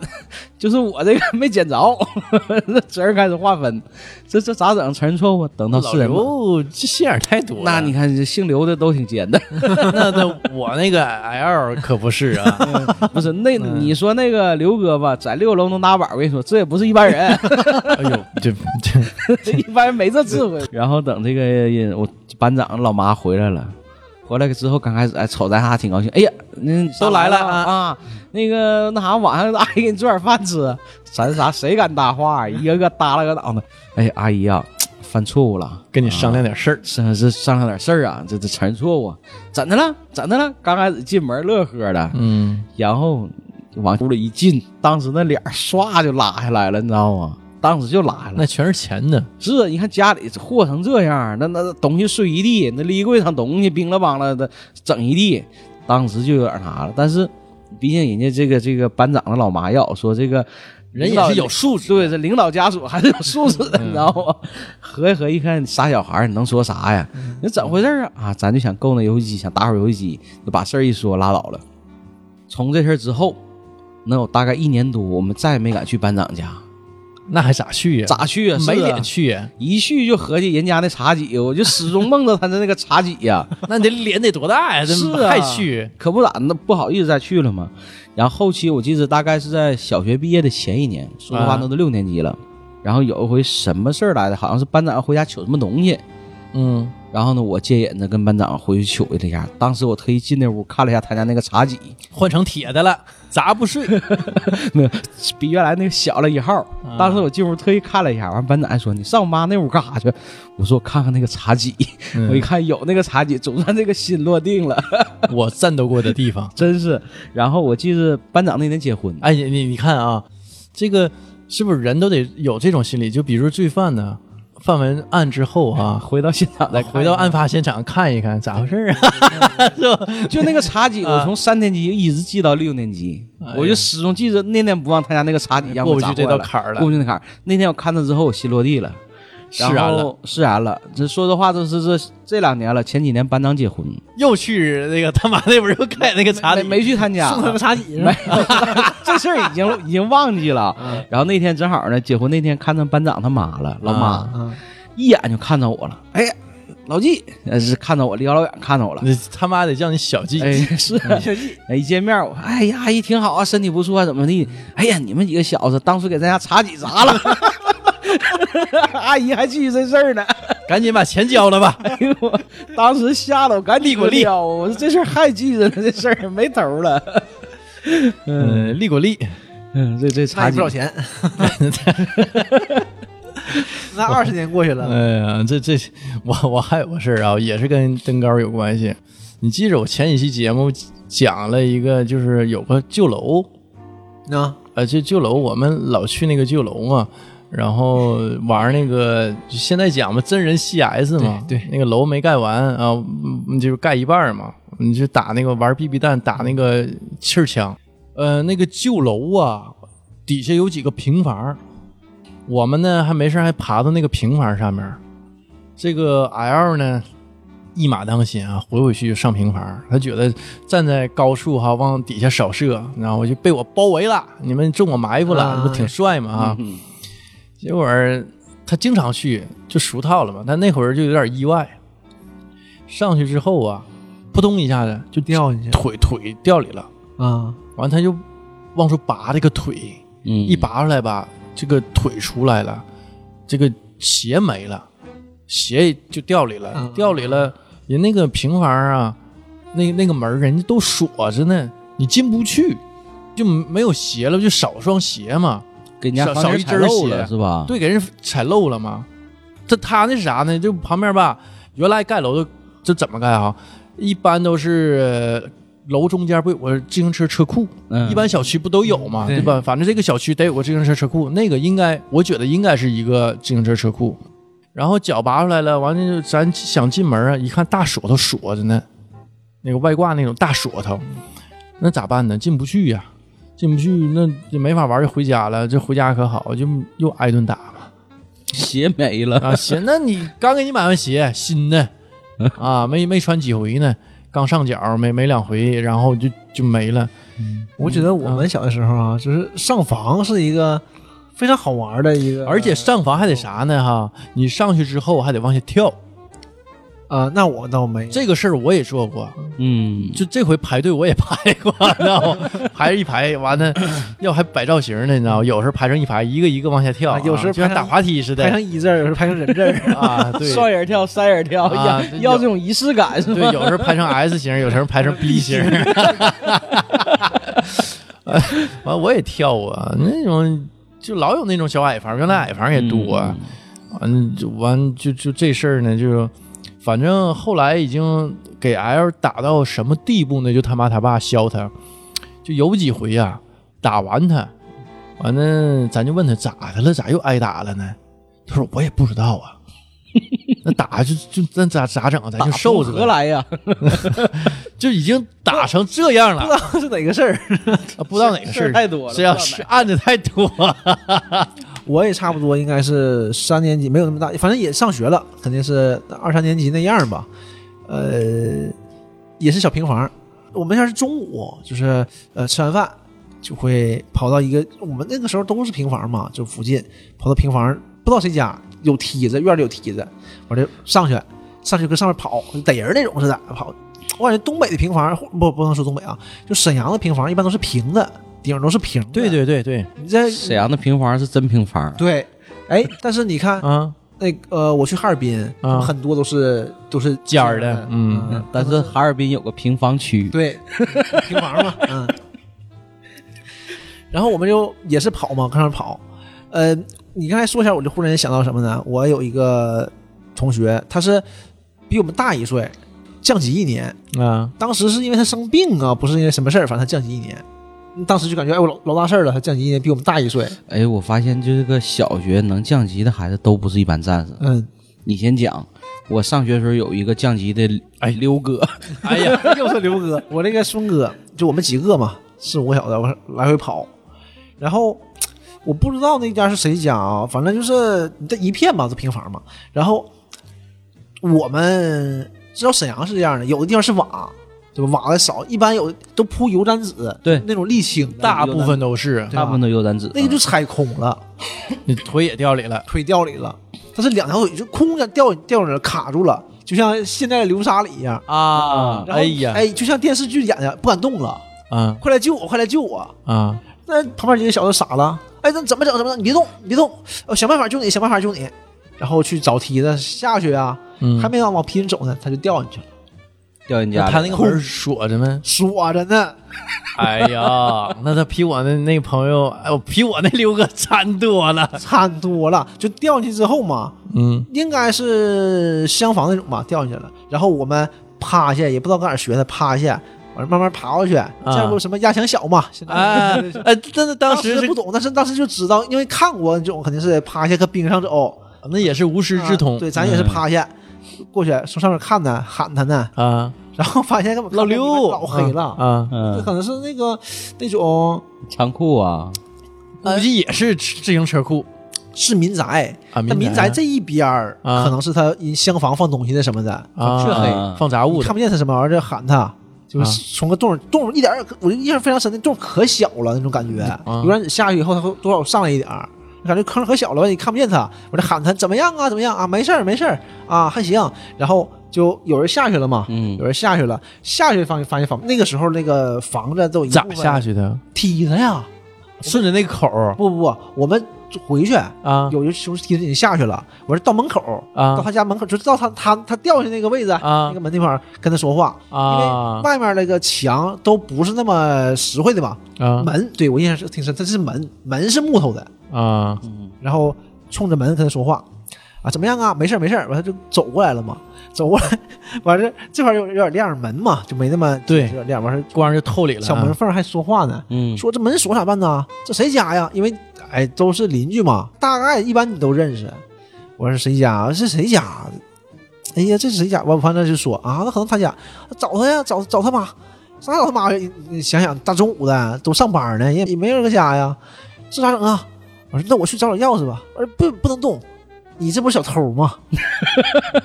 [SPEAKER 2] 就是我这个没捡着， *laughs* 这责任开始划分，这这咋整？承认错误，等到
[SPEAKER 1] 老
[SPEAKER 2] 四人吧。
[SPEAKER 1] 刘这心眼儿太多了。
[SPEAKER 2] 那你看，这姓刘的都挺尖的， *laughs*
[SPEAKER 1] 那那我那个 L 可不是 *laughs* 啊，
[SPEAKER 2] 不是那
[SPEAKER 1] 嗯
[SPEAKER 2] 你说那个刘哥吧，在六楼能打板，我跟你说，这也不是一般人。
[SPEAKER 1] 哎呦，这这
[SPEAKER 2] 一般人没这智慧。然后等这个我班长老妈回来了，回来之后刚开始哎瞅咱仨挺高兴，哎呀，那
[SPEAKER 1] 都来了
[SPEAKER 2] 啊那个那啥晚上阿姨给你做点饭吃，
[SPEAKER 1] *laughs*
[SPEAKER 2] 咱仨谁敢搭话，一个个耷拉个脑袋，哎阿姨啊，犯错误了。
[SPEAKER 1] 跟你商量点事儿。
[SPEAKER 2] 是是商量点事儿啊，这这承认错误，怎的了？怎的了？刚开始进门乐呵的，
[SPEAKER 1] 嗯，
[SPEAKER 2] 然后往屋里一进，当时那脸儿唰就拉下来了，你知道吗？当时就拉下来了
[SPEAKER 1] 那。全是钱呢。
[SPEAKER 2] 是啊，你看家里祸成这样，那那东西碎一地，那立柜上东西冰了梆了的整一地，当时就有点啥了。但是，毕竟人家这个这个班长的老妈要说这个
[SPEAKER 1] 人
[SPEAKER 2] 领
[SPEAKER 1] 也
[SPEAKER 2] 导
[SPEAKER 1] 是有素质，嗯
[SPEAKER 2] 对这领导家属还是有素质
[SPEAKER 1] *laughs*
[SPEAKER 2] 的，你知道吗？合计合计，看傻小孩儿，你能说啥呀？
[SPEAKER 1] 嗯
[SPEAKER 2] 那怎么回事儿啊？啊，咱就想够那游戏机，想打会儿游戏机，就把事儿一说拉倒了。从这事儿之后，能有大概一年多，我们再也没敢去班长家。
[SPEAKER 1] 那还咋去呀？
[SPEAKER 2] 咋去啊？是啊
[SPEAKER 1] 没脸去呀？
[SPEAKER 2] 一去就合计人家那茶几， *laughs* 我就始终梦到他的那个茶几呀、 *laughs*
[SPEAKER 1] 那你这脸得多大呀？这
[SPEAKER 2] 是啊
[SPEAKER 1] 还去？
[SPEAKER 2] 可不咋，那不好意思再去了嘛。然后后期我记得大概是在小学毕业的前一年，说实话
[SPEAKER 1] 啊
[SPEAKER 2] 那都六年级了。然后有一回什么事儿来的，好像是班长要回家取什么东西，
[SPEAKER 1] 嗯
[SPEAKER 2] 然后呢，我戒瘾的跟班长回去取了一下。当时我特意进那屋看了一下他家那个茶几， *laughs*
[SPEAKER 1] 换成铁的了，砸不碎。 *laughs*
[SPEAKER 2] 没有比原来那个小了一号。当时我进屋特意看了一下，完班长还说：“你上我妈那屋干啥去？”我说：“我看看那个茶几。
[SPEAKER 1] 嗯
[SPEAKER 2] 我一看有那个茶几，总算这个心落定了，
[SPEAKER 1] 我战斗过的地方。
[SPEAKER 2] 真是。然后我记得班长那年结婚，
[SPEAKER 1] 哎，你你你看啊，这个是不是人都得有这种心理？就比如罪犯呢，犯完案之后啊， *laughs*
[SPEAKER 2] 回到现场再看
[SPEAKER 1] 回到案发现场看一看咋回事儿啊， *laughs* 是吧？
[SPEAKER 2] 就那个茶几，
[SPEAKER 1] 啊
[SPEAKER 2] 我从三年级一直记到六年级，
[SPEAKER 1] 哎呀
[SPEAKER 2] 我就始终记着念念不忘他家那个茶几让
[SPEAKER 1] 过
[SPEAKER 2] 我
[SPEAKER 1] 不
[SPEAKER 2] 砸
[SPEAKER 1] 去这
[SPEAKER 2] 坏
[SPEAKER 1] 道
[SPEAKER 2] 了
[SPEAKER 1] 坎儿了
[SPEAKER 2] 过不去那坎儿。那天我看他之后，我心落地了，
[SPEAKER 1] 释然
[SPEAKER 2] 然
[SPEAKER 1] 了，
[SPEAKER 2] 后，释然了。这说实话，这是这这两年了，前几年班长结婚，
[SPEAKER 1] 又去那个他妈那不是又盖那个茶
[SPEAKER 2] 没
[SPEAKER 1] 里
[SPEAKER 2] 没去他家，
[SPEAKER 3] 送他个茶几是吧？
[SPEAKER 2] *laughs* 这事儿已经已经忘记了。
[SPEAKER 1] 嗯
[SPEAKER 2] 然后那天正好呢，结婚那天看上班长他妈了，老妈、
[SPEAKER 1] 啊
[SPEAKER 3] 嗯
[SPEAKER 2] 一眼就看着我了，哎，老纪呃是看着我，离老远看着我了。
[SPEAKER 1] 你他妈得叫你小季，
[SPEAKER 2] 哎，是小纪，哎，一见面我，哎呀，阿姨挺好啊，身体不错啊，怎么地？哎呀，你们几个小子当初给咱家茶几砸了， *laughs* 阿姨还记起这事儿呢。
[SPEAKER 1] 赶紧把钱交了吧。
[SPEAKER 2] 哎呦，我当时吓得我赶紧
[SPEAKER 1] 立过立
[SPEAKER 2] 撂我说这事儿还记着呢，这事儿没头儿了。
[SPEAKER 1] 嗯，利果利，
[SPEAKER 2] 嗯，这这
[SPEAKER 3] 那
[SPEAKER 2] 茶
[SPEAKER 3] 也
[SPEAKER 2] 几
[SPEAKER 3] 不少钱。那二十年过去了，
[SPEAKER 1] 哎呀，这这我我还有个事儿啊，也是跟登高有关系。你记着我前几期节目讲了一个，就是有个旧楼，
[SPEAKER 3] 啊，
[SPEAKER 1] 呃，这旧楼我们老去那个旧楼嘛，然后玩那个就现在讲嘛，真人 CS 嘛，
[SPEAKER 2] 对对
[SPEAKER 1] 那个楼没盖完啊，嗯就是盖一半儿嘛，你就打那个玩 BB 弹，打那个气儿枪，呃，那个旧楼啊，底下有几个平房儿，我们呢还没事儿还爬到那个平房上面儿，这个 L 呢。一马当先啊，回回去就上平房儿，他觉得站在高处哈、往底下扫射，然后我就被我包围了，你们中我埋伏了，
[SPEAKER 3] 啊
[SPEAKER 1] 这不挺帅吗？啊，
[SPEAKER 2] 嗯
[SPEAKER 1] 结果儿他经常去，就熟套了嘛。但那会儿就有点意外，上去之后啊，扑通一下子就
[SPEAKER 3] 掉进去
[SPEAKER 1] 腿腿掉里了，
[SPEAKER 3] 啊，
[SPEAKER 1] 完他就往出拔这个腿，一
[SPEAKER 2] 一
[SPEAKER 1] 拔出来吧，这个腿出来了，这个鞋没了，鞋就掉里了
[SPEAKER 3] 嗯，
[SPEAKER 1] 掉里了。人那个平房啊，那那个门儿人家都锁着呢，你进不去，就没有鞋了，就少双鞋嘛。
[SPEAKER 2] 给人家
[SPEAKER 1] 少
[SPEAKER 2] 房
[SPEAKER 1] 少
[SPEAKER 2] 间
[SPEAKER 1] 一
[SPEAKER 2] 踩
[SPEAKER 1] 针儿
[SPEAKER 2] 漏
[SPEAKER 1] 血
[SPEAKER 2] 了是吧？
[SPEAKER 1] 对，给人踩漏了嘛。这他那是啥呢？就旁边吧，原来盖楼的这怎么盖啊？一般都是呃楼中间不有个自行车车库，
[SPEAKER 2] 嗯，
[SPEAKER 1] 一般小区不都有嘛，
[SPEAKER 3] 对
[SPEAKER 1] 对吧？反正这个小区得有个自行车车库，那个应该我觉得应该是一个自行车车库。然后脚拔出来了，完了就咱想进门啊，一看大锁头锁着呢，那个外挂那种大锁头，那咋办呢？进不去呀、进不去那就没法玩，就回家了。这回家可好，就又挨顿打嘛。
[SPEAKER 2] 鞋没了。
[SPEAKER 1] 啊，行，那你刚给你买完鞋，新的啊，没没穿几回呢，刚上脚没没两回，然后就就没了。
[SPEAKER 3] 我觉得我们小的时候啊，就是上房是一个非常好玩的一个，
[SPEAKER 1] 而且上房还得啥呢？哈，你上去之后还得往下跳，
[SPEAKER 3] 啊，那我倒没有
[SPEAKER 1] 这个事儿我也做过，
[SPEAKER 2] 嗯，
[SPEAKER 1] 就这回排队我也排过，你知道吗？ *laughs* 排一排，完了要还摆造型呢，你知道吗？有时候排成一排，一个一个往下跳啊，
[SPEAKER 3] 啊有时候
[SPEAKER 1] 就像
[SPEAKER 3] 排成
[SPEAKER 1] 打滑梯似
[SPEAKER 3] 拍
[SPEAKER 1] 的
[SPEAKER 3] 成一字儿，有时候拍成人
[SPEAKER 1] *laughs*
[SPEAKER 3] 字儿
[SPEAKER 1] 啊，
[SPEAKER 3] *laughs*
[SPEAKER 1] 对。
[SPEAKER 2] 双人跳、三人跳，
[SPEAKER 1] 啊
[SPEAKER 2] 要
[SPEAKER 1] 对
[SPEAKER 2] 要
[SPEAKER 1] 有
[SPEAKER 2] 这种仪式感是
[SPEAKER 1] 对，
[SPEAKER 2] 吧？
[SPEAKER 1] 有时候排成 S 型，有时候排成
[SPEAKER 3] *laughs*
[SPEAKER 1] B 型。 *laughs* 呃完，我也跳啊，那种就老有那种小矮房，原来矮房也多、
[SPEAKER 2] 嗯
[SPEAKER 1] 完就完就就这事儿呢，就反正后来已经给 L 打到什么地步呢？就他妈他爸削他，就有几回呀、打完他，完了咱就问他咋的了，咋又挨打了呢？他说我也不知道啊。那打就就那咋咋整啊？咱
[SPEAKER 2] 打
[SPEAKER 1] 就
[SPEAKER 2] 不
[SPEAKER 1] 受着
[SPEAKER 2] 何
[SPEAKER 1] 呗，
[SPEAKER 2] 来呀？
[SPEAKER 1] 就已经打成这样
[SPEAKER 3] 不
[SPEAKER 1] 了
[SPEAKER 3] 知，道是哪个事儿。
[SPEAKER 1] 啊不知道哪个
[SPEAKER 2] 事儿
[SPEAKER 1] 儿
[SPEAKER 2] 太多了
[SPEAKER 1] 是要
[SPEAKER 2] 不知
[SPEAKER 1] 是按的太多 *laughs* 了。
[SPEAKER 3] 我也差不多，应该是三年级，没有那么大，反正也上学了，肯定是二三年级那样吧。呃，也是小平房。我们要是中午，就是呃吃完饭，就会跑到一个我们那个时候都是平房嘛，就附近跑到平房，不知道谁家有梯子，院里有梯子，完了上去，上去跟上面跑，逮人那种似的跑。我感觉东北的平房，或不不能说东北啊，就沈阳的平房一般都是平的，顶上都是平的。
[SPEAKER 1] 对，对对对，
[SPEAKER 3] 你在
[SPEAKER 2] 沈阳的平房是真平房，
[SPEAKER 3] 对，哎，但是你看，
[SPEAKER 1] 啊，
[SPEAKER 3] 那个呃，我去哈尔滨，
[SPEAKER 1] 啊
[SPEAKER 3] 很多都是都是
[SPEAKER 1] 尖儿的
[SPEAKER 2] 啊
[SPEAKER 1] 嗯
[SPEAKER 2] 但是哈尔滨有个平房区，
[SPEAKER 3] 对，平房嘛，嗯。然后我们就也是跑嘛，跟上跑。呃，你刚才说一下，我就忽然想到什么呢？我有一个同学，他是比我们大一岁，降级一年。
[SPEAKER 1] 啊，
[SPEAKER 3] 当时是因为他生病啊，不是因为什么事儿，反正他降级一年。当时就感觉，哎，我老老大事儿了，他降级一年，比我们大一岁。
[SPEAKER 2] 哎，我发现就这个小学能降级的孩子都不是一般战士。
[SPEAKER 3] 嗯，
[SPEAKER 2] 你先讲，我上学的时候有一个降级的，哎，刘哥，
[SPEAKER 1] 哎
[SPEAKER 2] *laughs*
[SPEAKER 1] 呀，
[SPEAKER 3] 又是刘哥，我那个孙哥，就我们几个嘛，四五个小子，我来回跑。然后我不知道那家是谁家啊，反正就是这一片嘛，这平房嘛。然后我们知道沈阳是这样的，有的地方是瓦，对吧？瓦的少，一般有都铺油毡纸，
[SPEAKER 2] 对
[SPEAKER 3] 那种沥青的，
[SPEAKER 1] 大部分都是啊
[SPEAKER 3] 对吧
[SPEAKER 2] 大部分都有咱纸，
[SPEAKER 3] 那个就踩空了，
[SPEAKER 1] 你腿也掉里了，
[SPEAKER 3] 腿掉里了。但是两条腿就空着掉掉里了，卡住了，就像现在的流沙里一样。
[SPEAKER 1] 啊
[SPEAKER 3] 然后
[SPEAKER 1] 哎呀，
[SPEAKER 3] 哎，就像电视剧演的，不敢动了，
[SPEAKER 1] 啊
[SPEAKER 3] 快来救我，快来救我！
[SPEAKER 1] 啊，
[SPEAKER 3] 那旁边几个小子傻了，哎，那怎么整？怎么整？你别动，你别动，呃，想办法救你，想办法救你。然后去找梯子下去啊，
[SPEAKER 1] 嗯
[SPEAKER 3] 还，没往往梯子走呢，他就掉进去了，
[SPEAKER 2] 掉人家
[SPEAKER 1] 那
[SPEAKER 2] 里
[SPEAKER 1] 他那个门锁着没？
[SPEAKER 3] 锁着呢。
[SPEAKER 1] 哎呀， *laughs* 那他比我那那个朋友，哎，我比我那刘哥惨多了。
[SPEAKER 3] 惨多了，就掉进去之后嘛，
[SPEAKER 1] 嗯
[SPEAKER 3] 应该是厢房那种吧，掉进去了。然后我们趴下，也不知道搁哪儿学的，趴下，完了慢慢爬过去。这不是什么压墙小嘛？现在
[SPEAKER 1] 哎哎，但是当
[SPEAKER 3] 当
[SPEAKER 1] 时
[SPEAKER 3] 时
[SPEAKER 1] 是
[SPEAKER 3] 不懂，但是当时就知道，因为看过这种，肯定是趴下搁冰上走。
[SPEAKER 1] 那也是无师自通，嗯
[SPEAKER 3] 啊对，咱也是趴下、过去，从上面看呢，喊他呢，
[SPEAKER 1] 啊，
[SPEAKER 3] 然后发现根本
[SPEAKER 1] 老
[SPEAKER 3] 看不
[SPEAKER 1] 刘
[SPEAKER 3] 见老黑了，
[SPEAKER 1] 啊，
[SPEAKER 3] 这、
[SPEAKER 2] 嗯，
[SPEAKER 3] 可能是那个那种
[SPEAKER 2] 仓库啊，
[SPEAKER 3] 哎
[SPEAKER 1] 估计也是自自行车库
[SPEAKER 3] 是民宅，
[SPEAKER 1] 啊，
[SPEAKER 3] 但民
[SPEAKER 1] 宅
[SPEAKER 3] 宅这一边儿、
[SPEAKER 1] 啊
[SPEAKER 3] 可能是他因厢房放东西的什么的，
[SPEAKER 1] 啊
[SPEAKER 3] 这黑
[SPEAKER 2] 啊
[SPEAKER 1] 放杂物
[SPEAKER 3] 看
[SPEAKER 1] 的，
[SPEAKER 3] 不见他什么玩意儿，就喊他。就是从个洞儿洞儿一点儿，我就印象非常深，那洞儿可小了那种感觉。
[SPEAKER 1] 嗯
[SPEAKER 3] 有点你下去以后，他会多少上来一点儿，感觉坑可小了，你看不见他。我就喊他怎么样啊，怎么样啊？没事儿，没事儿啊，还行。然后就有人下去了嘛，
[SPEAKER 2] 嗯
[SPEAKER 3] 有，人下去了，下去发现发现房，那个时候那个房子都有一
[SPEAKER 1] 咋下
[SPEAKER 3] 去
[SPEAKER 1] 去的？
[SPEAKER 3] 梯子呀？
[SPEAKER 1] 顺着那个口儿
[SPEAKER 3] 不不不，我们回去
[SPEAKER 1] 啊
[SPEAKER 3] 有一兄弟梯子已经下去了，我是到门口，到
[SPEAKER 1] 啊
[SPEAKER 3] 他家门口，就到他他他掉下那个位置，
[SPEAKER 1] 啊
[SPEAKER 3] 那个门地方跟他说话，因为
[SPEAKER 1] 啊
[SPEAKER 3] 外面那个墙都不是那么实惠的嘛。
[SPEAKER 1] 啊
[SPEAKER 3] 门，对我印象是挺深，它是门，门是木头的，
[SPEAKER 1] 啊
[SPEAKER 2] 嗯
[SPEAKER 3] 然后冲着门跟他说话，啊，怎么样啊？没事儿没事儿，完他就走过来了嘛，走过来， *laughs* 完事儿这块儿有有点亮，门嘛就没那么
[SPEAKER 1] 对
[SPEAKER 3] 有点亮，完事儿
[SPEAKER 1] 光就透里了啊，
[SPEAKER 3] 小门缝儿还说话呢，
[SPEAKER 2] 嗯，
[SPEAKER 3] 说这门锁咋办呢？这谁家呀？因为哎都是邻居嘛，大概一般你都认识。我说谁家？是谁家？哎呀，这是谁家？我反正就说啊，那可能他家，找他呀，找找他妈，啥找他妈呀？你你想想，大中午的都上班呢，也也没人搁家呀，这咋整啊？我说那我去找找钥匙吧。我说不不能动，你这不是小偷吗？ *laughs*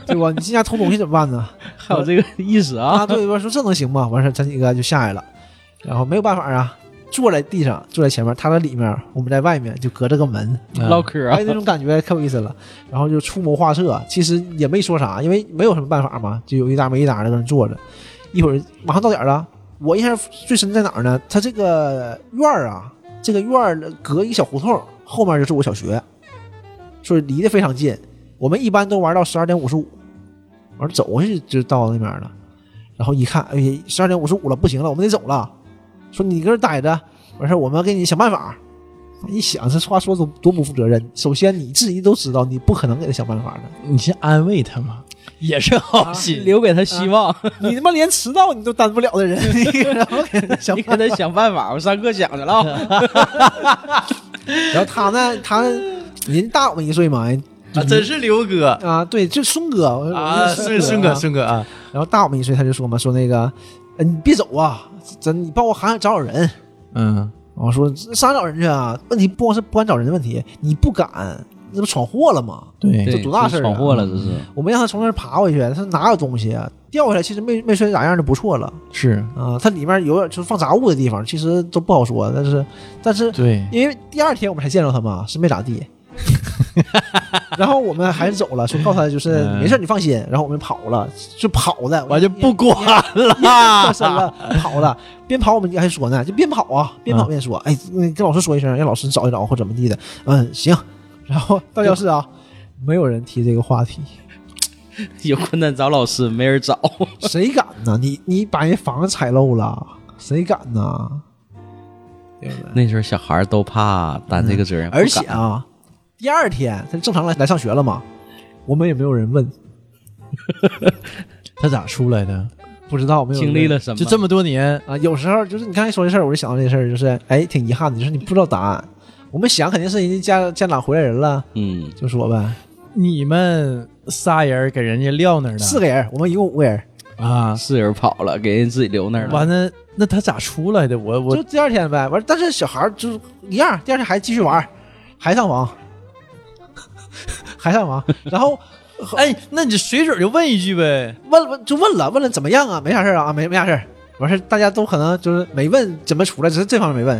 [SPEAKER 3] 对吧？你进家偷东西怎么办呢？
[SPEAKER 2] 还有这个意思啊
[SPEAKER 3] 啊，，对，我说这能行吗？完事儿，咱几个就下来了，然后没有办法啊，坐在地上，坐在前面，他在里面，我们在外面，就隔着个门，
[SPEAKER 1] 啊
[SPEAKER 2] 唠嗑啊
[SPEAKER 3] 哎，，那种感觉可有意思了。然后就出谋划策，其实也没说啥，因为没有什么办法嘛，就有一搭没一搭的搁那坐着。一会儿马上到点儿了，我印象最深在哪儿呢？他这个院儿啊，这个院儿隔一个小胡同，后面就是我小学，所以离得非常近。我们一般都玩到十二点五十五，完了走过去就到那边了。然后一看，哎呀，十二点五十五了，不行了，我们得走了。说你搁这儿待着，完事儿我们给你想办法。一想这话说多多不负责任。首先你自己都知道，你不可能给他想办法 *laughs* 的。
[SPEAKER 1] 你先安慰他啊嘛，也是好心。
[SPEAKER 2] *laughs* 留给他希望，
[SPEAKER 3] 你他妈连迟到你都担不了 *laughs* 的人，你然后给他
[SPEAKER 2] *laughs*
[SPEAKER 3] 想
[SPEAKER 2] 你
[SPEAKER 3] 办
[SPEAKER 2] 给
[SPEAKER 3] 法。
[SPEAKER 2] 他想办法，我上课想去了啊，
[SPEAKER 3] 然后他呢，他人大我们一岁嘛，哎
[SPEAKER 1] 啊，真是刘哥
[SPEAKER 3] 啊，对，就孙哥我
[SPEAKER 1] 啊，
[SPEAKER 3] 我
[SPEAKER 1] 是孙
[SPEAKER 3] 哥
[SPEAKER 1] 哥，，孙哥啊，
[SPEAKER 3] 然后大我们一岁，他就说嘛，说那个，呃你别走啊，咱你帮我喊喊找找人。
[SPEAKER 1] 嗯
[SPEAKER 3] 我说啥找人去啊？问题不光是不敢找人的问题，你不敢，那不闯祸了吗？
[SPEAKER 1] 对
[SPEAKER 2] 对
[SPEAKER 3] 这多大事儿啊
[SPEAKER 2] 闯祸了，这是，
[SPEAKER 3] 我们让他从那儿爬回去，他哪有东西啊？掉下来其实没没摔咋样就不错了
[SPEAKER 1] 是，
[SPEAKER 3] 啊、它里面有点就是放杂物的地方，其实都不好说。但是，但是
[SPEAKER 1] 对，
[SPEAKER 3] 因为第二天我们才见到他嘛，是没咋地。 *laughs* 然后我们还是走了，说告诉他就是
[SPEAKER 1] 嗯
[SPEAKER 3] 没事，你放心。然后我们跑了，就跑的，
[SPEAKER 1] 我就不管
[SPEAKER 3] 翻身
[SPEAKER 1] 了。
[SPEAKER 3] 了，跑了。边跑我们还说呢，就边跑啊，边跑边说，嗯哎，那跟老师说一声，让老师找一找或怎么地的。嗯，行。然后到教室啊，没有人提这个话题，
[SPEAKER 2] 有困难找老师，没人找。
[SPEAKER 3] 谁敢呢？你你把人房子踩漏了，谁敢呢？对不对？
[SPEAKER 2] *laughs* 那时候小孩儿都怕担这个责任，
[SPEAKER 3] 而且
[SPEAKER 2] 不敢
[SPEAKER 3] 啊，第二天他正常来来上学了嘛，我们也没有人问，
[SPEAKER 1] *laughs* 他咋出来的？
[SPEAKER 3] 不知道没有人
[SPEAKER 2] 经
[SPEAKER 3] 问
[SPEAKER 2] 历了什么，
[SPEAKER 1] 就这么多年，
[SPEAKER 3] 啊。有时候就是你刚才说这事儿，我就想到这事儿，就是哎，挺遗憾的，就是你不知道答案。我们想肯定是人家家家长回来人了，
[SPEAKER 2] 嗯，
[SPEAKER 3] 就说呗，
[SPEAKER 1] 你们仨人给人家撂那儿了，
[SPEAKER 3] 四个人，我们一共五个人，
[SPEAKER 1] 啊，
[SPEAKER 2] 是人跑了，给人自己留那儿了。
[SPEAKER 1] 完了，那他咋出来的？我我
[SPEAKER 3] 就第二天呗。完，但是小孩儿就是一样，第二天还继续玩儿，还上网， *laughs* 还上网，然后
[SPEAKER 1] 哎，那你随嘴就问一句呗。
[SPEAKER 3] 问问就问了，问了怎么样啊？没啥事儿啊，没没啥事儿。完事儿大家都可能就是没问怎么出来，只是这方面没问，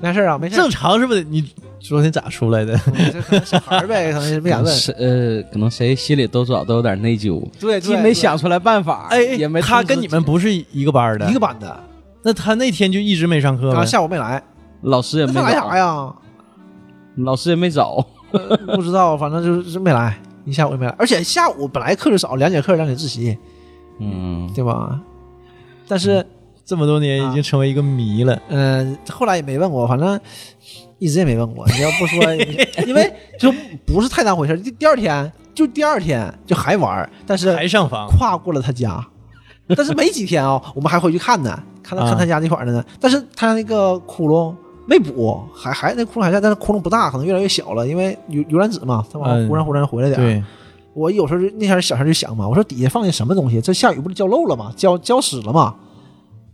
[SPEAKER 3] 没啥事儿啊，没事儿嗯
[SPEAKER 1] 正。常是不是？你昨天咋出来的？
[SPEAKER 3] 这可能小孩儿呗，可能是没
[SPEAKER 2] *laughs*
[SPEAKER 3] 敢问。
[SPEAKER 2] 谁呃，可能谁心里多少都有点内疚，
[SPEAKER 3] 对，
[SPEAKER 2] 既
[SPEAKER 3] 对
[SPEAKER 2] 没想出来办法，
[SPEAKER 1] 哎，
[SPEAKER 2] 也没
[SPEAKER 1] 他
[SPEAKER 2] 通知
[SPEAKER 1] 跟你们不是一个班的，
[SPEAKER 3] 一个班的，
[SPEAKER 1] 那他那天就一直没上课
[SPEAKER 3] 然后
[SPEAKER 1] 呗。
[SPEAKER 3] 下午没来，
[SPEAKER 2] 老师也
[SPEAKER 3] 那
[SPEAKER 2] 没
[SPEAKER 3] 他来啥
[SPEAKER 2] 找，
[SPEAKER 3] 呀？
[SPEAKER 2] 老师也没找，
[SPEAKER 3] 不知道，反正就是没来，一下午也没来。而且下午本来课就少，两节课两节自习，
[SPEAKER 2] *laughs* 嗯，
[SPEAKER 3] 对吧？但是，
[SPEAKER 1] 这么多年已经成为一个谜了。
[SPEAKER 3] 嗯、后来也没问过，反正一直也没问过。你要
[SPEAKER 1] *laughs*
[SPEAKER 3] 不说，因为就不是太当回事儿。第第二天就第二天就还玩儿，但是
[SPEAKER 1] 还上房，
[SPEAKER 3] 跨过了他家，但是没几
[SPEAKER 1] *laughs*
[SPEAKER 3] 天啊、我们还回去看呢，看他
[SPEAKER 1] 啊
[SPEAKER 3] 看他家那块儿的呢，但是他那个窟窿没补，还还那窟窿还在，但是窟窿不大，可能越来越小了，因为游游览纸嘛，他往
[SPEAKER 1] 嗯
[SPEAKER 3] 忽然忽然回来点儿。
[SPEAKER 1] 对，
[SPEAKER 3] 我有时候就那天小时候就想嘛，我说底下放的什么东西？这下雨不是浇漏了吗？浇浇湿了吗？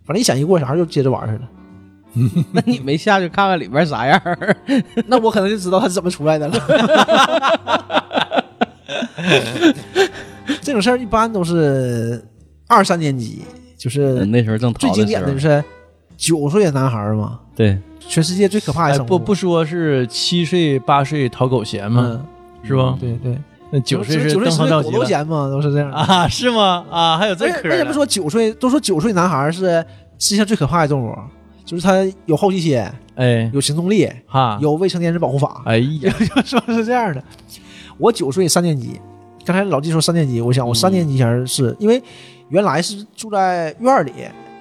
[SPEAKER 3] 反正一想一过，小孩就接着玩去了。
[SPEAKER 2] 那你没下去看看里边啥样 *laughs* 儿？
[SPEAKER 3] 那我可能就知道他是怎么出来的了。
[SPEAKER 1] *laughs*
[SPEAKER 3] 这种事儿一般都是二三年级，就是
[SPEAKER 1] 嗯
[SPEAKER 2] 那时候正
[SPEAKER 3] 最
[SPEAKER 2] 淘
[SPEAKER 3] 经
[SPEAKER 2] 的
[SPEAKER 3] 典
[SPEAKER 2] 时
[SPEAKER 3] 的就
[SPEAKER 2] 候，
[SPEAKER 3] 是九岁的男孩儿嘛，
[SPEAKER 2] 对，
[SPEAKER 3] 全世界最可怕的
[SPEAKER 1] 哎，
[SPEAKER 3] 生物。
[SPEAKER 1] 不不说是七岁八岁讨狗嫌吗？
[SPEAKER 3] 嗯，
[SPEAKER 1] 是吧？
[SPEAKER 3] 对对，
[SPEAKER 1] 那九岁是
[SPEAKER 3] 九岁
[SPEAKER 1] 登
[SPEAKER 3] 十
[SPEAKER 1] 峰
[SPEAKER 3] 岁
[SPEAKER 1] 造
[SPEAKER 3] 狗
[SPEAKER 1] 极
[SPEAKER 3] 都
[SPEAKER 1] 了
[SPEAKER 3] 嫌嘛，都是这样的。
[SPEAKER 1] 啊？是吗？啊，还有这
[SPEAKER 3] 为
[SPEAKER 1] 科
[SPEAKER 3] 为什
[SPEAKER 1] 儿
[SPEAKER 3] 么
[SPEAKER 1] 呢？
[SPEAKER 3] 说九岁都说九岁男孩儿是世界上最可怕的动物？就是他有好奇心，
[SPEAKER 1] 哎，
[SPEAKER 3] 有行动力，
[SPEAKER 1] 哈，
[SPEAKER 3] 有未成年人保护法，
[SPEAKER 1] 哎
[SPEAKER 3] *laughs*
[SPEAKER 1] 呀，
[SPEAKER 3] 说是这样的。我九岁三年级，刚才老季说三年级，我想我三年级前是因为原来是住在院儿里，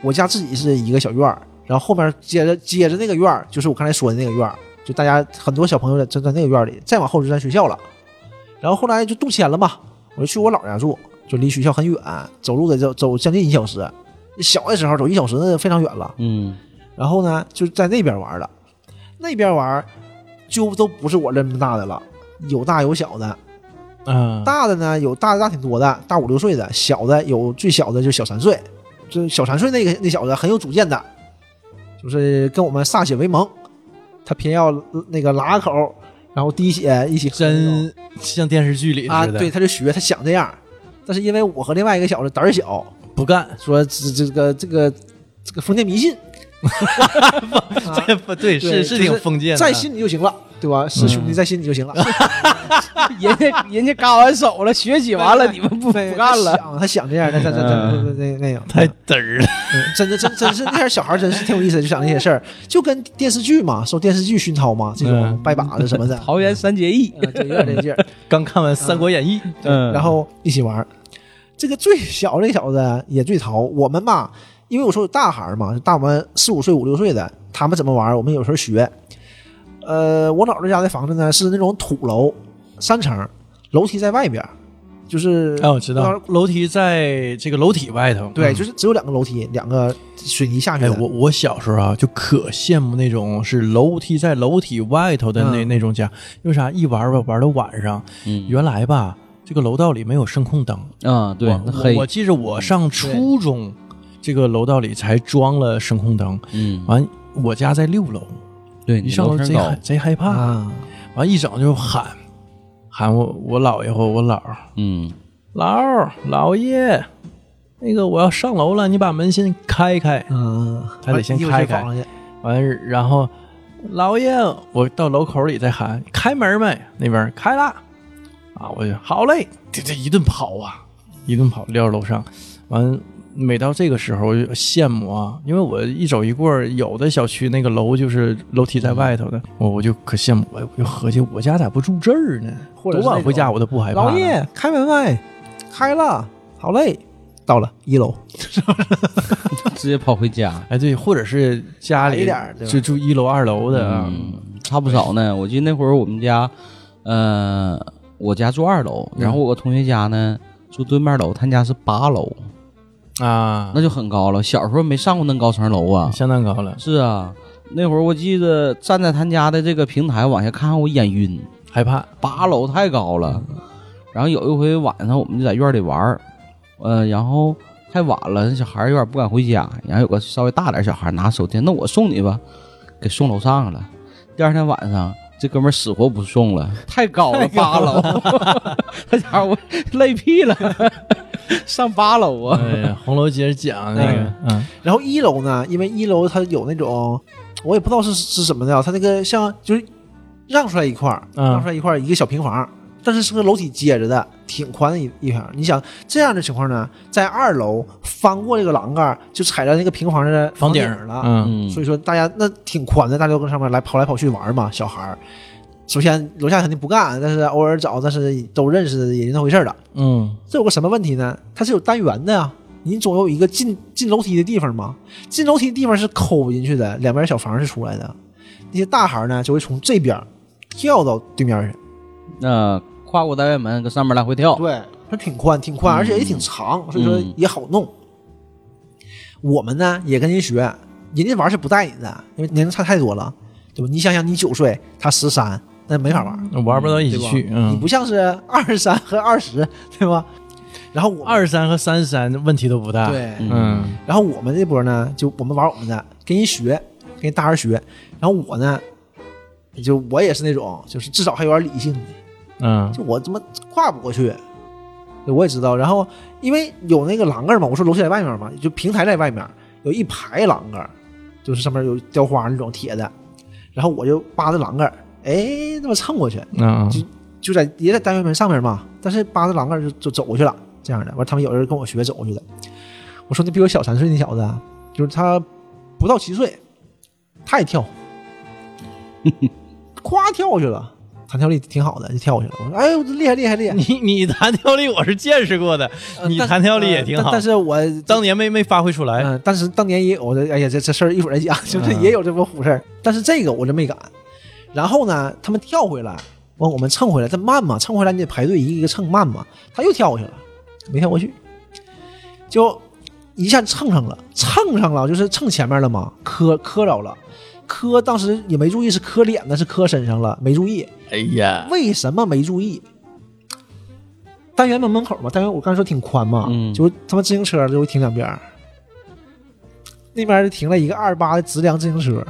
[SPEAKER 3] 我家自己是一个小院儿，然后后面接着接着那个院儿就是我刚才说的那个院儿，就大家很多小朋友在在在那个院儿里，再往后就在学校了，然后后来就动迁了嘛，我就去我姥家住，就离学校很远，走路得走走将近一小时，小的时候走一小时那非常远了。
[SPEAKER 2] 嗯，
[SPEAKER 3] 然后呢，就在那边玩了，那边玩就都不是我这么大的了，有大有小的，
[SPEAKER 1] 嗯，
[SPEAKER 3] 大的呢有大的大挺多的，大五六岁的，小的有最小的就小三岁，这小三岁那个那小子很有主见的，就是跟我们歃血为盟，他偏要呃那个拉口，然后滴血一起喝那种
[SPEAKER 1] 真像电视剧里
[SPEAKER 3] 啊，
[SPEAKER 1] 似的，
[SPEAKER 3] 对，他就学，他想这样，但是因为我和另外一个小子胆儿小，
[SPEAKER 1] 不干，
[SPEAKER 3] 说这这个这个这个封建迷信。啊
[SPEAKER 1] 这 *laughs* 不对，
[SPEAKER 3] 对
[SPEAKER 1] 是是
[SPEAKER 3] 就是
[SPEAKER 1] 挺封建的，
[SPEAKER 3] 在心里就行了，对吧？是兄弟在心里就行了。
[SPEAKER 2] 人家人家嘎完手了，学习完了，你们不不
[SPEAKER 3] 对
[SPEAKER 2] 干
[SPEAKER 3] 哎他
[SPEAKER 2] 了，
[SPEAKER 3] 想他想这样，他他他他
[SPEAKER 2] 嗯
[SPEAKER 3] 那那样，
[SPEAKER 1] 太嘚儿了，
[SPEAKER 3] 嗯真的真真是那点小孩真是挺有意思的，就想那些事儿，就跟电视剧嘛，受电视剧熏陶嘛，这种
[SPEAKER 1] 嗯
[SPEAKER 3] 拜把子什么的，
[SPEAKER 2] 桃园三结义，
[SPEAKER 3] *laughs* 嗯对，有点这劲儿。
[SPEAKER 1] 刚看完《三国演义》，
[SPEAKER 2] 嗯，
[SPEAKER 3] *laughs* 然后一起玩儿。这个最小这小子也最淘，我们吧，因为我说有大孩儿嘛，大我们四五岁、五六岁的，他们怎么玩儿，我们有时候学。呃，我姥姥家的房子呢是那种土楼，三层，楼梯在外边儿，就是
[SPEAKER 1] 哎，我知道，楼梯在这个楼体外头，
[SPEAKER 3] 对，
[SPEAKER 1] 嗯
[SPEAKER 3] 就是只有两个楼梯，两个水泥下去
[SPEAKER 1] 哎，
[SPEAKER 3] 的。
[SPEAKER 1] 我我小时候啊，就可羡慕那种是楼梯在楼体外头的那、
[SPEAKER 3] 嗯
[SPEAKER 1] 那种家，因为啥？一玩吧，玩到晚上。
[SPEAKER 2] 嗯
[SPEAKER 1] 原来吧，这个楼道里没有声控灯。
[SPEAKER 2] 啊，对
[SPEAKER 1] 我，
[SPEAKER 2] 那
[SPEAKER 1] 我
[SPEAKER 2] 黑嗯
[SPEAKER 1] 我，记着我上初中，这个楼道里才装了声控灯。
[SPEAKER 2] 嗯，
[SPEAKER 1] 完，我家在六楼，
[SPEAKER 2] 对，
[SPEAKER 1] 一
[SPEAKER 2] 你
[SPEAKER 1] 上
[SPEAKER 2] 楼
[SPEAKER 1] 楼
[SPEAKER 2] 层
[SPEAKER 1] 贼
[SPEAKER 2] 高
[SPEAKER 1] 害，贼害怕。
[SPEAKER 3] 啊，
[SPEAKER 1] 完一整就喊喊我我姥爷或我姥儿
[SPEAKER 2] 嗯，
[SPEAKER 1] 姥儿姥爷，那个我要上楼了，你把门先开开。
[SPEAKER 3] 嗯，
[SPEAKER 1] 还得先
[SPEAKER 3] 一会儿
[SPEAKER 1] 开开
[SPEAKER 3] 放上去
[SPEAKER 1] 完，然后老爷，我到楼口里再喊开门没？那边开了啊，我就好嘞，这这一顿跑啊，一顿跑，撂楼上，完每到这个时候，我就羡慕啊，因为我一走一过儿，有的小区那个楼就是楼梯在外头的，我
[SPEAKER 3] 嗯
[SPEAKER 1] 我就可羡慕，哎，我就合计我家咋不住这儿呢？
[SPEAKER 3] 或者是
[SPEAKER 1] 多晚
[SPEAKER 3] 那
[SPEAKER 1] 回家
[SPEAKER 3] 种
[SPEAKER 1] 我都不害怕。
[SPEAKER 3] 老，爷开门外，开了，好嘞，到了一楼，
[SPEAKER 2] 直接跑回家。
[SPEAKER 1] 哎对，或者是家
[SPEAKER 3] 矮一
[SPEAKER 1] 里
[SPEAKER 3] 点儿对吧
[SPEAKER 1] 就住一楼二楼的啊，哎
[SPEAKER 2] 嗯，差不少呢。我记得那会儿我们家，呃，我家住二楼，
[SPEAKER 1] 嗯
[SPEAKER 2] 然后我同学家呢住对面楼，他家是八楼，
[SPEAKER 3] 嗯
[SPEAKER 1] 啊，
[SPEAKER 2] 那就很高了。小时候没上过那么高层楼啊。
[SPEAKER 1] 相当高了，
[SPEAKER 2] 是啊，那会儿我记得站在他家的这个平台往下看，我眼晕。
[SPEAKER 1] 害怕
[SPEAKER 2] 八楼太高了。然后有一回晚上，我们就在院里玩儿，呃，然后太晚了，那小孩儿有点不敢回家。然后有个稍微大点小孩儿拿手电，那我送你吧，给送楼上了。第二天晚上，这哥们儿死活不送了，太高了，八楼， *laughs* 他家伙我累屁了， *laughs* 上八楼啊。
[SPEAKER 1] 哎呀，红楼接着讲那个，嗯，
[SPEAKER 3] 然后一楼呢，因为一楼它有那种，我也不知道是是什么的啊，它那个像就是让出来一块儿，
[SPEAKER 1] 嗯
[SPEAKER 3] 让出来一块儿一个小平房，但是是个楼体接着的，挺宽的一一条。你想这样的情况呢，在二楼翻过这个栏杆儿，就踩到那个平房的
[SPEAKER 1] 房
[SPEAKER 3] 顶
[SPEAKER 1] 顶
[SPEAKER 3] 儿了，
[SPEAKER 1] 嗯，
[SPEAKER 2] 嗯，
[SPEAKER 3] 所以说大家那挺宽的，大家都搁上面来跑来跑去玩嘛，小孩儿。首先楼下肯定不干，但是偶尔找，但是都认识的也就那回事儿了。
[SPEAKER 1] 嗯，
[SPEAKER 3] 这有个什么问题呢？它是有单元的呀、你总有一个进进楼梯的地方嘛。进楼梯的地方是抠进去的，两边小房是出来的。那些大孩儿呢，就会从这边儿跳到对面去。
[SPEAKER 2] 那、跨过单元门，搁上面来回跳，
[SPEAKER 3] 对，它挺宽，挺宽，
[SPEAKER 2] 嗯
[SPEAKER 3] 而且也挺长，所以说
[SPEAKER 2] 嗯
[SPEAKER 3] 也好弄。我们呢也跟人学，人家玩是不带你的，因为年龄差太多了，对吧？你想想，你九岁，他十三，那没法玩，
[SPEAKER 1] 嗯玩不到一起
[SPEAKER 3] 对吧
[SPEAKER 1] 去，
[SPEAKER 3] 你
[SPEAKER 1] 嗯，
[SPEAKER 3] 不像是二十三和二十，对吧？然后我们
[SPEAKER 1] 二三和三三问题都不大，，
[SPEAKER 3] 对，
[SPEAKER 1] 嗯，
[SPEAKER 3] 然后我们这波呢，就我们玩我们的，跟人学，跟人大人学。然后我呢，就我也是那种，就是至少还有点理性的，
[SPEAKER 1] 嗯，
[SPEAKER 3] 就我他妈跨不过去，我也知道。然后因为有那个栏杆嘛，我说楼梯在外面嘛，就平台在外面，有一排栏杆，就是上面有雕花那种铁的。然后我就扒着栏杆，哎，那么蹭过去，
[SPEAKER 1] 嗯，
[SPEAKER 3] 就在也在单元门上面嘛，但是扒着栏杆儿就就走过去了，这样的。完，他们有人跟我学走过去的。我说那比我小三岁那小子啊，就是他不到七岁，他
[SPEAKER 1] *laughs*
[SPEAKER 3] 也跳，咵跳过去了，弹跳力挺好的，就跳过去了。我说哎，我这厉害厉害厉害！
[SPEAKER 1] *laughs* 你你弹跳力我是见识过的，
[SPEAKER 3] 呃
[SPEAKER 1] 你
[SPEAKER 3] 但
[SPEAKER 1] 弹跳力也挺
[SPEAKER 3] 呃
[SPEAKER 1] 好
[SPEAKER 3] 但但是我
[SPEAKER 1] 当年没没发挥出来，
[SPEAKER 3] 嗯，但是当年也有的，哎呀，这这事儿一会儿再讲，就是
[SPEAKER 1] 嗯
[SPEAKER 3] 也有这么虎事儿，但是这个我就没敢。然后呢，他们跳回来，完我们蹭回来，他慢嘛，蹭回来你得排队一个一个蹭慢嘛，他又跳过去了，没跳过去，就一下蹭上了，蹭上了就是蹭前面了嘛，磕磕着了，磕当时也没注意是磕脸呢，是磕身上了，没注意，
[SPEAKER 1] 哎呀，
[SPEAKER 3] 为什么没注意？单元门门口嘛，单元我刚才说挺宽嘛，
[SPEAKER 2] 嗯
[SPEAKER 3] 就他妈自行车就会停两边儿，那边儿就停了一个二八的直梁自行车，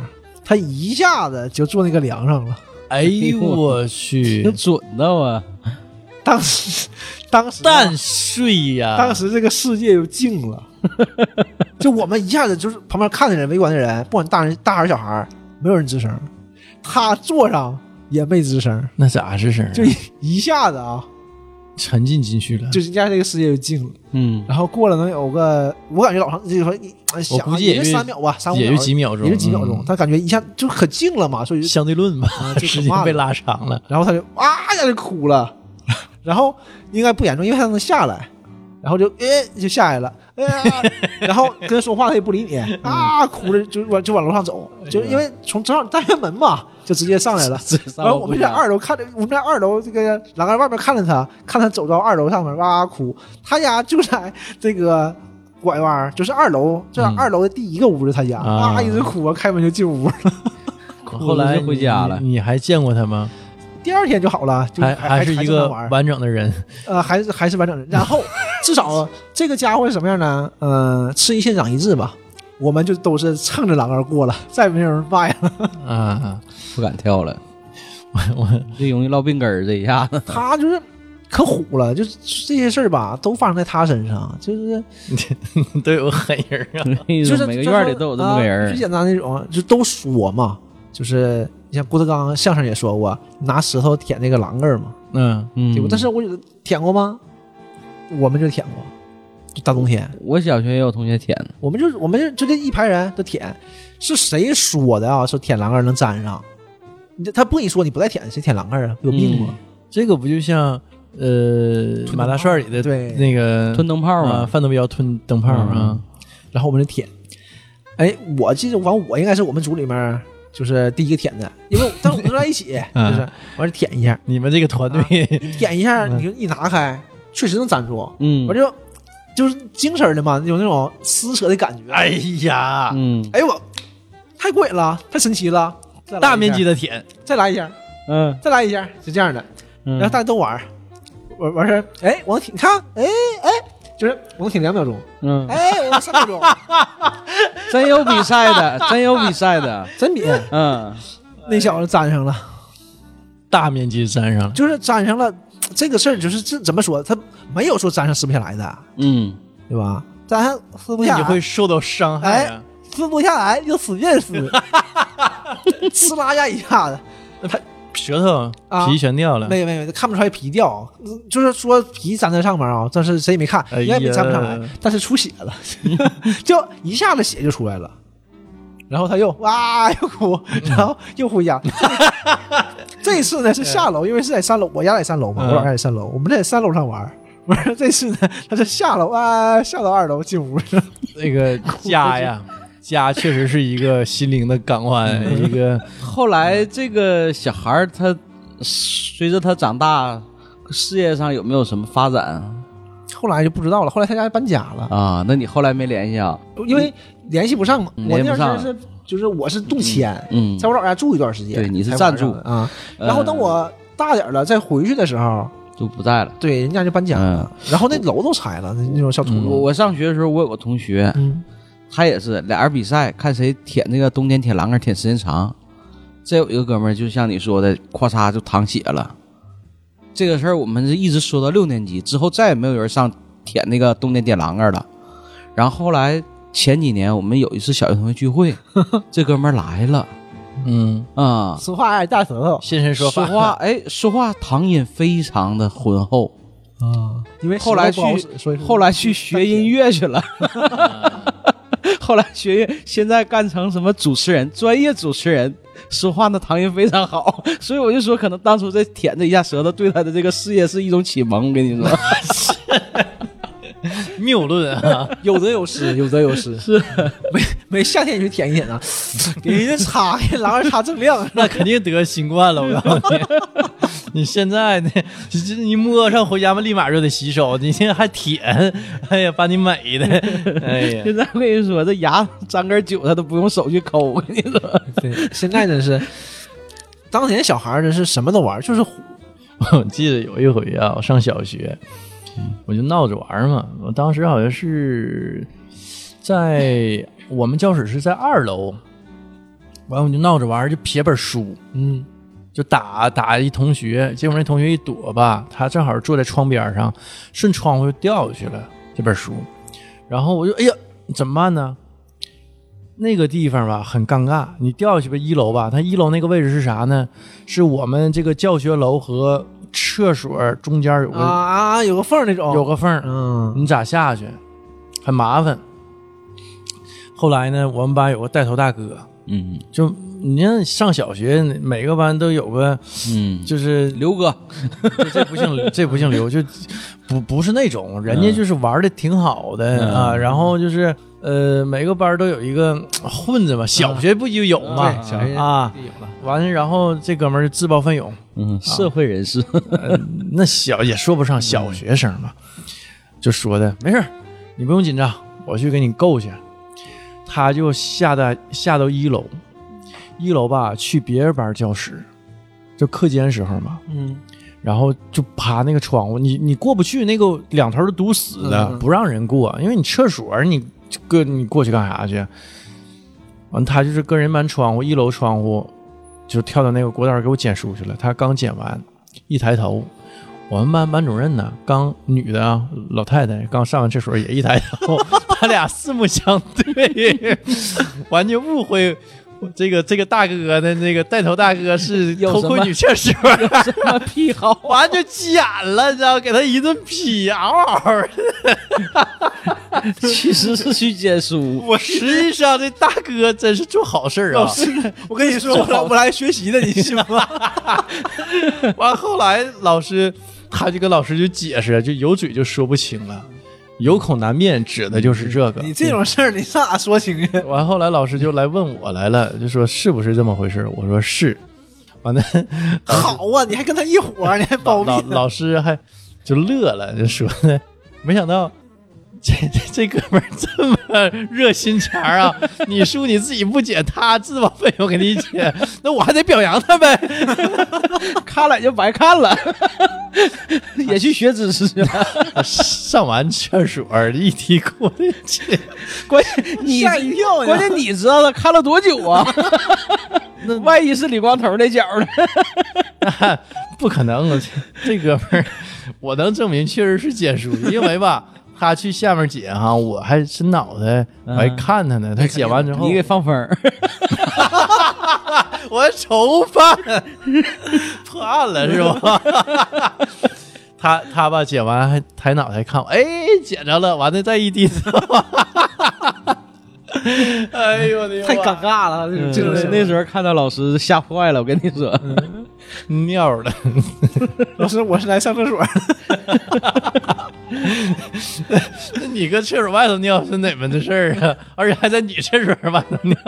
[SPEAKER 3] 他一下子就坐那个梁上了。
[SPEAKER 1] 哎呦我去
[SPEAKER 2] 挺，准的啊。
[SPEAKER 3] 当时， *laughs* 当时啊、
[SPEAKER 1] 蛋碎呀！
[SPEAKER 3] 当时这个世界就静了， *laughs* 就我们一下子就是旁边看的人、围观的人，不管大人、大孩儿、小孩儿，没有人吱声，他坐上也没吱声，
[SPEAKER 1] 那咋是声儿啊？
[SPEAKER 3] 就一下子啊，
[SPEAKER 1] 沉浸进去了。
[SPEAKER 3] 就一下这个世界就静了。
[SPEAKER 2] 嗯，
[SPEAKER 3] 然后过了能有个，我感觉老长，就是说一，
[SPEAKER 1] 我估计也
[SPEAKER 3] 就
[SPEAKER 1] 就
[SPEAKER 3] 三秒吧，三五秒，
[SPEAKER 1] 也就几秒钟，
[SPEAKER 3] 也就几秒钟
[SPEAKER 1] 嗯，
[SPEAKER 3] 他感觉一下就可近了嘛，所以就，
[SPEAKER 1] 相对论吧
[SPEAKER 3] 啊，就
[SPEAKER 1] 时
[SPEAKER 3] 可怕
[SPEAKER 1] 间被
[SPEAKER 3] 了
[SPEAKER 1] 拉长了。
[SPEAKER 3] 然后他就啊一下就哭
[SPEAKER 1] *laughs*
[SPEAKER 3] 了，然后应该不严重，因为他能下来，然后就哎就下来了，
[SPEAKER 1] *laughs*
[SPEAKER 3] 哎呀，然后跟他说话他也不理你，啊哭着就往就往楼上走，就是因为从正好单元门嘛，就直接上来了。然后我们在
[SPEAKER 1] 啊
[SPEAKER 3] 二楼看着，我们在二楼这个栏杆外面看着他，看他走到二楼上面哇哇哭。他家就在这个拐弯儿，就是二楼，这
[SPEAKER 1] 嗯
[SPEAKER 3] 二楼的第一个屋是他家，
[SPEAKER 1] 啊
[SPEAKER 3] 啊一直哭啊，开门就进屋了。
[SPEAKER 1] 后来
[SPEAKER 2] 就回家了
[SPEAKER 1] 你你还见过他吗？
[SPEAKER 3] 第二天就好了，就
[SPEAKER 1] 还
[SPEAKER 3] 还
[SPEAKER 1] 是一
[SPEAKER 3] 正
[SPEAKER 1] 个
[SPEAKER 3] 常玩儿
[SPEAKER 1] 完整的人，
[SPEAKER 3] 呃，还是还是完整人。然后至少这个家伙是什么样呢？呃，吃一堑长一智吧。我们就都是蹭着栏杆过了，再没有人
[SPEAKER 1] *laughs*
[SPEAKER 3] 骂呀。
[SPEAKER 1] *laughs* 啊！
[SPEAKER 2] 不敢跳
[SPEAKER 3] *laughs*
[SPEAKER 2] 了，
[SPEAKER 1] 我
[SPEAKER 2] *laughs* 这容易落病根儿，这一下子。
[SPEAKER 3] 他就是可虎了，就是这些事儿吧，都发生在他身上，就是
[SPEAKER 1] 我都有个狠人啊！
[SPEAKER 2] 就
[SPEAKER 3] *laughs* 就是
[SPEAKER 2] 每个院里都有这么个
[SPEAKER 3] 啊
[SPEAKER 2] 人
[SPEAKER 3] 最。简单那种，就都说嘛，就是你像郭德纲相声也说过，拿石头舔那个栏杆儿嘛，
[SPEAKER 1] *laughs* 嗯，
[SPEAKER 2] 嗯
[SPEAKER 3] 对吧？但是我觉得舔过吗？我们就舔过，就大冬天，
[SPEAKER 2] 我小学也有同学舔的，
[SPEAKER 3] 我们就是我们就就这一排人都舔，是谁说的啊？说舔栏杆能粘上？你这他不跟你说，你不带舔，谁舔栏杆啊？有病
[SPEAKER 2] 嗯
[SPEAKER 3] 吗？
[SPEAKER 1] 这个不就像呃
[SPEAKER 3] 吞
[SPEAKER 1] 马大帅里的
[SPEAKER 3] 对
[SPEAKER 1] 那个
[SPEAKER 2] 嗯吞灯泡
[SPEAKER 1] 啊，
[SPEAKER 2] 嘛，
[SPEAKER 1] 范德彪吞灯泡啊
[SPEAKER 2] 嗯，
[SPEAKER 3] 然后我们就舔。哎，我记得完，我应该是我们组里面就是第一个舔的，因为但是我们都在
[SPEAKER 2] *laughs*
[SPEAKER 3] 一起，
[SPEAKER 1] 嗯
[SPEAKER 3] 就是完事舔一下，
[SPEAKER 1] 你们这个团队
[SPEAKER 3] 舔一下，
[SPEAKER 1] 嗯
[SPEAKER 3] 你就一拿开，确实能粘住，
[SPEAKER 2] 嗯
[SPEAKER 3] 完就就是精神的嘛，有那种撕扯的感
[SPEAKER 1] *laughs*
[SPEAKER 3] 觉。
[SPEAKER 1] 哎呀，
[SPEAKER 2] 嗯
[SPEAKER 3] 哎呦我太过瘾了，太神奇了！再来一下
[SPEAKER 1] 大面积的舔，
[SPEAKER 3] 再来一下，
[SPEAKER 2] 嗯
[SPEAKER 3] 再来一下，是这样的。
[SPEAKER 2] 嗯，
[SPEAKER 3] 然后大家都玩儿，玩玩事儿，哎，我能挺，你看，哎哎，就是我能挺两秒钟，
[SPEAKER 2] 嗯，
[SPEAKER 3] 哎，我能三秒钟，
[SPEAKER 2] 真有比赛的，真有比赛的，
[SPEAKER 3] *laughs* 真比 *laughs*
[SPEAKER 2] 嗯
[SPEAKER 3] 那小子粘上了，
[SPEAKER 1] 大面积粘上了，
[SPEAKER 3] 就是粘上了。这个事儿就是这怎么说，他没有说粘上撕不下来的，
[SPEAKER 2] 嗯，
[SPEAKER 3] 对吧？粘上撕不
[SPEAKER 1] 那
[SPEAKER 3] 下
[SPEAKER 1] 你
[SPEAKER 3] 来，
[SPEAKER 1] 会受到伤害啊。
[SPEAKER 3] 撕哎不下来就使
[SPEAKER 1] *laughs*
[SPEAKER 3] 劲撕，撕拉呀一下子。
[SPEAKER 1] 舌头
[SPEAKER 3] 啊
[SPEAKER 1] 皮全掉了，
[SPEAKER 3] 没有没有，看不出来皮掉，嗯就是说皮粘在上面啊，但是谁也没看，
[SPEAKER 1] 哎呀
[SPEAKER 3] 应该没粘不上来，但是出血
[SPEAKER 1] *laughs*
[SPEAKER 3] 了，就一下子血就出来了，然后他又哇又哭，
[SPEAKER 1] 嗯
[SPEAKER 3] 然后又
[SPEAKER 1] *laughs*
[SPEAKER 3] 回家。这一次呢是下楼，因为是在三楼，我家在三楼嘛，
[SPEAKER 1] 哎嗯
[SPEAKER 3] 我老家在三楼，我们在三楼上玩。完事这次呢，他是下楼啊，下到二楼进屋了，
[SPEAKER 1] 那 *laughs* 个家呀，家确实是一个心灵的港湾，一个
[SPEAKER 2] 后来这个小孩儿他随着他长大，事业上有没有什么发展
[SPEAKER 3] 后来就不知道了。后来他家搬家了，
[SPEAKER 2] 啊？那你后来没联系啊？
[SPEAKER 3] 因为联系不上嘛。
[SPEAKER 2] 嗯
[SPEAKER 3] 我
[SPEAKER 2] 联
[SPEAKER 3] 那
[SPEAKER 2] 系不
[SPEAKER 3] 段
[SPEAKER 2] 上
[SPEAKER 3] 时间是就是我是动迁，
[SPEAKER 2] 嗯
[SPEAKER 3] 在我老家住一段时间。
[SPEAKER 2] 对你是
[SPEAKER 3] 才玩
[SPEAKER 2] 暂住
[SPEAKER 3] 上的啊。然后等我大点儿了再回去的时候，
[SPEAKER 2] 就不在了。嗯
[SPEAKER 3] 对，人家就搬家了，然后那楼都拆了，那那种小土
[SPEAKER 2] 我
[SPEAKER 3] 楼。
[SPEAKER 2] 我上学的时候，我有个同学，
[SPEAKER 3] 嗯，
[SPEAKER 2] 他也是俩人比赛，看谁舔那个冬天铁栏杆舔时间长。这有一个哥们儿，就像你说的，咔嚓就淌血了。这个事儿我们是一直说到六年级之后，再也没有人上舔那个冬天铁栏杆了。然后后来前几年，我们有一次小学同学聚会，这哥们儿来了
[SPEAKER 1] 嗯
[SPEAKER 2] 啊、
[SPEAKER 3] 说话爱大舌头
[SPEAKER 1] 现身说
[SPEAKER 2] 说
[SPEAKER 1] 法。
[SPEAKER 2] 话哎，说话唐音非常的浑厚。
[SPEAKER 3] 啊，因
[SPEAKER 2] *laughs*
[SPEAKER 3] 为
[SPEAKER 2] 后来
[SPEAKER 3] 舌头不好
[SPEAKER 2] 去
[SPEAKER 3] 使所以说
[SPEAKER 2] 后来去学音乐去了， *laughs* 后来学音乐，现在干成什么主持人，专业主持人，说话那唐音非常好，所以我就说，可能当初这舔这一下舌头，对他的这个事业是一种启蒙。我跟你说，
[SPEAKER 1] 谬论啊，
[SPEAKER 3] 有得有失，有得
[SPEAKER 2] *laughs*
[SPEAKER 3] 有失。是，没没夏天你去舔一舔啊， *laughs* 给人家擦，给狼人擦锃亮。啊
[SPEAKER 1] *laughs* 那肯定得新冠了。我告诉你， *laughs* 你现在呢，这这一摸上回家嘛，立马就得洗手。你现在还舔，哎呀，把你美的，哎呀，
[SPEAKER 2] 现在我跟你说，这牙沾根酒，他都不用手去抠。我跟你说，
[SPEAKER 3] 对，现在真是，当年小孩儿真是什么都玩儿，就是虎
[SPEAKER 1] 我记得有一回啊，我上小学，我就闹着玩儿嘛。我当时好像是在我们教室是在二楼，完我就闹着玩儿，就撇本书，嗯，就打打一同学，结果那同学一躲吧，他正好坐在窗边上，顺窗户就掉下去了这本书。然后我就哎呀，怎么办呢？那个地方吧很尴尬，你掉下去吧，一楼吧，它一楼那个位置是啥呢？是我们这个教学楼和厕所中间有个、
[SPEAKER 3] 啊啊，有个缝儿那种。
[SPEAKER 1] 有个缝儿，
[SPEAKER 3] 嗯
[SPEAKER 1] 你咋下去？很麻烦。后来呢，我们班有个带头大哥，
[SPEAKER 2] 嗯
[SPEAKER 1] 就你看上小学，每个班都有个，
[SPEAKER 2] 嗯，
[SPEAKER 1] 就是
[SPEAKER 2] 刘哥，
[SPEAKER 1] 这这不姓这不姓刘，就不不是那种，人家就是玩的挺好的、
[SPEAKER 2] 嗯
[SPEAKER 1] 啊，然后就是呃，每个班都有一个呃混子嘛，小学不就有
[SPEAKER 3] 嗯对
[SPEAKER 1] 吗？
[SPEAKER 3] 小学
[SPEAKER 1] 啊，
[SPEAKER 3] 有了。
[SPEAKER 1] 完了，然后这哥们儿就自告奋勇，
[SPEAKER 3] 啊
[SPEAKER 2] 嗯，社会人士， *laughs*
[SPEAKER 1] 那小也说不上小学生嘛，就说的没事儿，你不用紧张，我去给你够去。他就下到下到一楼，一楼吧去别人班教室，就课间时候嘛，
[SPEAKER 3] 嗯，
[SPEAKER 1] 然后就爬那个窗户，你你过不去，那个两头都堵死的，
[SPEAKER 3] 嗯
[SPEAKER 1] 不让人过，因为你厕所你搁你过去干啥去？完，他就是跟人搬窗户，一楼窗户就跳到那个过道给我捡书去了。他刚捡完，一抬头，我们班班主任呢，刚女的啊，老太太刚上完厕所也一抬头， *laughs* 他俩四目相对，完全误会。这个这个大哥的那个带头大哥是
[SPEAKER 2] 有
[SPEAKER 1] 偷
[SPEAKER 2] 什
[SPEAKER 1] 窥
[SPEAKER 2] 么
[SPEAKER 1] 女厕所，
[SPEAKER 2] 什么癖
[SPEAKER 1] *laughs*
[SPEAKER 2] 好？
[SPEAKER 1] 完就急眼了，你知道，给他一顿劈，嗷嗷的。
[SPEAKER 2] 其实是去捡书。
[SPEAKER 1] 我实际上这大哥真是做好事儿啊！
[SPEAKER 3] 我跟你
[SPEAKER 1] *laughs*
[SPEAKER 3] 说， *laughs* 我来我来学习的，你信吗？
[SPEAKER 1] 完后来老师他就跟老师就解释，就有嘴就说不清了，有口难面指的就是这个。
[SPEAKER 3] 你这种事儿，你上哪说清
[SPEAKER 2] 啊
[SPEAKER 3] 去？
[SPEAKER 1] 完后来老师就来问我来了，就说是不是这么回事？我说是。完了，嗯
[SPEAKER 3] 好啊，你还跟他一伙儿，你还包
[SPEAKER 1] 老
[SPEAKER 3] 庇他？
[SPEAKER 1] 老师还就乐了，就说 *laughs* 呢，没想到这 *laughs* 这这哥们儿这么热心肠儿啊！ *laughs* 你书你自己不解，他自报奋勇给你解， *laughs* 那我还得表扬他呗。
[SPEAKER 2] *laughs* 看了也就白
[SPEAKER 1] *laughs*
[SPEAKER 2] 看了，也去学知识了。
[SPEAKER 1] 上完劝所儿一提裤子，这
[SPEAKER 2] 关键你
[SPEAKER 3] 吓一跳呢
[SPEAKER 2] 关键你知道他看了多久
[SPEAKER 1] *laughs*
[SPEAKER 2] 啊？万一是李光头那脚呢？
[SPEAKER 1] 不可能！这哥们儿，我能证明确实是解书，因为吧，他去下面解哈，我还伸脑袋我还看他呢。他解完之后，
[SPEAKER 2] 嗯你给放风儿，
[SPEAKER 1] *laughs* 我愁 *laughs* 犯破案了是吧？ *laughs* 他他吧解完还抬脑袋看我，哎，解着了，完了再一低头。 *laughs* 哎呦我的
[SPEAKER 3] 太尴尬了，这
[SPEAKER 1] 嗯
[SPEAKER 3] 种这种事
[SPEAKER 2] 那时候看到老师吓坏了，我跟你说，
[SPEAKER 1] 尬，尿了！
[SPEAKER 3] 老师，我是来上厕所的。
[SPEAKER 1] 那你搁厕所外头尿是哪门子事儿啊？而且还在女厕所外头尿。 *laughs*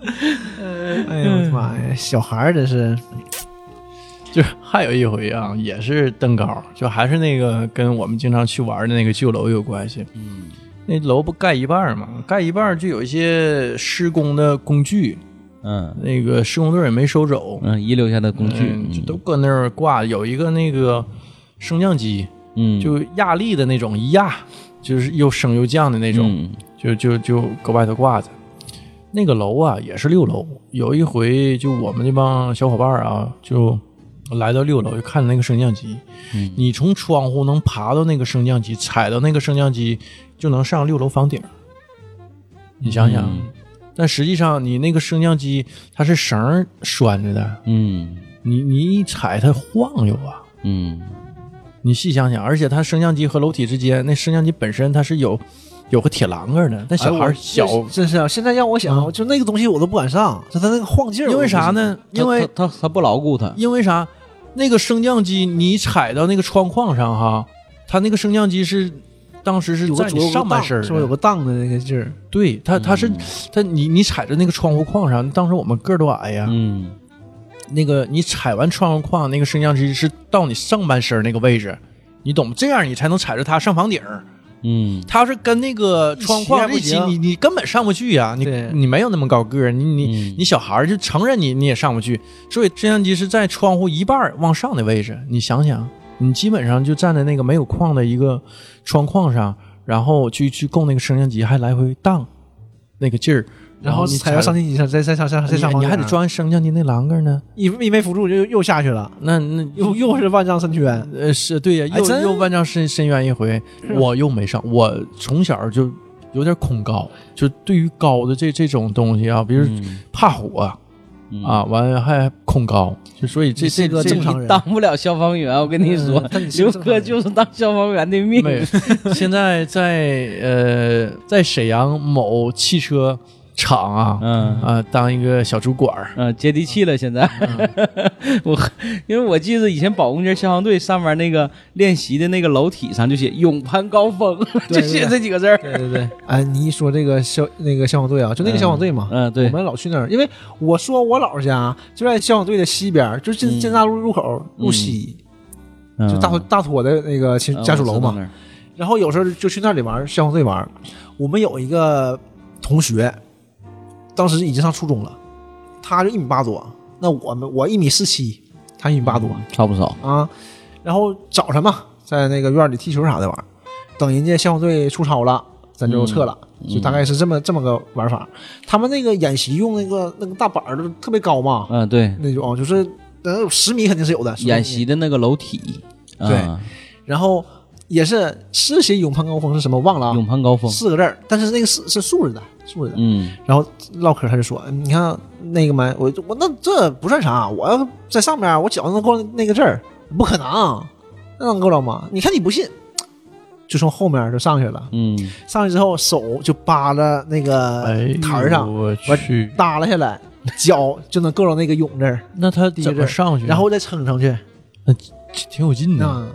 [SPEAKER 3] 哎呦我的妈呀，小孩儿真是
[SPEAKER 1] 就是还有一回啊，也是登高，就还是那个跟我们经常去玩的那个旧楼有关系。嗯，那楼不盖一半儿嘛，盖一半儿就有一些施工的工具，
[SPEAKER 2] 嗯
[SPEAKER 1] 那个施工队儿也没收走，
[SPEAKER 2] 嗯，遗留下的工具，
[SPEAKER 1] 嗯，就都搁那儿挂，有一个那个升降机，
[SPEAKER 2] 嗯
[SPEAKER 1] 就压力的那种，一压就是又升又降的那种，
[SPEAKER 2] 嗯
[SPEAKER 1] 就就就搁外头挂着。那个楼啊，也是六楼。有一回，就我们这帮小伙伴儿啊，就来到六楼，就看那个升降机。
[SPEAKER 2] 嗯
[SPEAKER 1] 你从窗户能爬到那个升降机，踩到那个升降机，就能上六楼房顶儿。你想想，
[SPEAKER 2] 嗯
[SPEAKER 1] 但实际上你那个升降机它是绳儿拴着的，
[SPEAKER 2] 嗯
[SPEAKER 1] 你你一踩它晃悠啊。
[SPEAKER 2] 嗯
[SPEAKER 1] 你细想想，而且它升降机和楼体之间，那升降机本身它是有有个铁栏杆的，但
[SPEAKER 2] 哎
[SPEAKER 1] 小孩儿小，
[SPEAKER 3] 真是啊！现在让我想，就那个东西我都不敢上，就他那个晃劲儿。
[SPEAKER 1] 嗯因为啥
[SPEAKER 3] 我
[SPEAKER 1] 呢？
[SPEAKER 2] 他
[SPEAKER 1] 因为
[SPEAKER 2] 他他他不牢固，他
[SPEAKER 1] 因为啥？那个升降机你踩到那个窗框上哈，它那个升降机是当时是
[SPEAKER 3] 不
[SPEAKER 1] 在
[SPEAKER 3] 是？有
[SPEAKER 1] 你
[SPEAKER 3] 个
[SPEAKER 1] 上半身儿
[SPEAKER 3] 是不是有
[SPEAKER 1] 的，
[SPEAKER 3] 个嗯荡的那个劲儿？
[SPEAKER 1] 对它它是它你你踩着那个窗户框上，当时我们个儿都矮呀，
[SPEAKER 2] 嗯
[SPEAKER 1] 那个你踩完窗户框，那个升降机是到你上半身儿那个位置，你懂吗？这样你才能踩着它上房顶儿。
[SPEAKER 2] 嗯
[SPEAKER 1] 它是跟那个窗框一
[SPEAKER 3] 一起
[SPEAKER 1] 起
[SPEAKER 3] 还，不
[SPEAKER 1] 你
[SPEAKER 3] 行
[SPEAKER 1] 你根本上不去呀、你
[SPEAKER 3] 对
[SPEAKER 1] 你没有那么高个儿，你你、
[SPEAKER 2] 嗯
[SPEAKER 1] 你小孩儿就承认你你也上不去，所以升降机是在窗户一半儿往上的位置，你想想，你基本上就站在那个没有框的一个窗框上，然后去去够那个升降机，还来回荡那个劲儿，
[SPEAKER 3] 然
[SPEAKER 1] 后
[SPEAKER 3] 后
[SPEAKER 1] 你
[SPEAKER 3] 踩到上天机上，再再上上再上
[SPEAKER 1] 你
[SPEAKER 3] 房
[SPEAKER 1] 你
[SPEAKER 3] 顶
[SPEAKER 1] 还得
[SPEAKER 3] 儿，
[SPEAKER 1] 抓升降机那栏杆呢，
[SPEAKER 3] 一一没扶住就又又下去了，
[SPEAKER 1] 那那
[SPEAKER 3] 又又是万丈深
[SPEAKER 1] *laughs*
[SPEAKER 3] 渊。
[SPEAKER 1] 呃，是对呀、
[SPEAKER 3] 哎
[SPEAKER 1] 又、
[SPEAKER 3] 真
[SPEAKER 1] 又万丈深深渊一回，我又没上。我从小就有点恐高，就对于高的这这种东西啊，比
[SPEAKER 3] 嗯
[SPEAKER 1] 如
[SPEAKER 2] 嗯
[SPEAKER 1] 怕火、啊，完了还恐高，就所以这
[SPEAKER 3] 你是
[SPEAKER 1] 这
[SPEAKER 3] 个
[SPEAKER 1] 这
[SPEAKER 3] 正常
[SPEAKER 2] 你
[SPEAKER 3] 人
[SPEAKER 2] 当不了消防员，我跟你说
[SPEAKER 3] 嗯
[SPEAKER 2] *laughs*
[SPEAKER 3] 但你，是
[SPEAKER 2] 刘
[SPEAKER 3] 个正常
[SPEAKER 2] 哥
[SPEAKER 3] 人
[SPEAKER 2] 就是当消防员的命。
[SPEAKER 1] 没有。现在在呃，在沈阳某汽车厂啊。
[SPEAKER 2] *laughs* 嗯
[SPEAKER 1] 啊、当一个小主管儿，
[SPEAKER 2] 嗯，接地气了。现在， *laughs* 我因为我记得以前保工街消防队上面那个练习的那个楼体上就写“勇攀高峰”， *laughs* 就
[SPEAKER 3] 对
[SPEAKER 2] 写这几个字儿。
[SPEAKER 3] 对对对，哎，你一说这个消那个消防队啊，就那个消防队嘛，
[SPEAKER 2] 嗯，对
[SPEAKER 3] 我，们老去那儿，因为我说我姥儿家就在消防队的西边儿，就
[SPEAKER 2] 嗯
[SPEAKER 3] 进进大路入口
[SPEAKER 1] 嗯
[SPEAKER 3] 路西，就大坨大坨的那个亲
[SPEAKER 2] 嗯
[SPEAKER 3] 家属楼嘛。。
[SPEAKER 2] 嗯
[SPEAKER 3] 然后有时候就去那里玩消防队玩。我们有一个同学，当时已经上初中了，他就一米八多，那我们我一米四七，他一米八多
[SPEAKER 2] 我知道那儿差不少。
[SPEAKER 3] 啊。然后早晨嘛，在那个院里踢球啥的玩，等人家消防队出操了，咱就撤了，就大概是这么这么个玩法。他们那个演习用那个那个大板儿都特别高嘛，
[SPEAKER 2] 嗯，对，
[SPEAKER 3] 那种就是能有十米肯定是有的。10米
[SPEAKER 2] 演习的那个楼体，啊，
[SPEAKER 3] 然后也是是写“永攀高峰”是什么忘了啊？
[SPEAKER 2] 勇攀高峰。
[SPEAKER 3] 四个字儿，但是那个是是竖着的，竖着的。
[SPEAKER 2] 嗯
[SPEAKER 3] 然后唠嗑，他就说：“嗯你看那个没，我我那这不算啥，我要是在上面，我脚能够那个字儿，不可能，那能够了吗？你看你不信，就从后面就上去了。
[SPEAKER 2] 嗯，
[SPEAKER 3] 上去之后手就扒拉那个
[SPEAKER 1] 哎，
[SPEAKER 3] 台儿上，
[SPEAKER 1] 我去，
[SPEAKER 3] 耷拉下来，脚就能够到那个泳字儿，
[SPEAKER 1] 那他怎么上去？
[SPEAKER 3] 然后再撑上去。
[SPEAKER 1] 挺有劲的，
[SPEAKER 3] 嗯，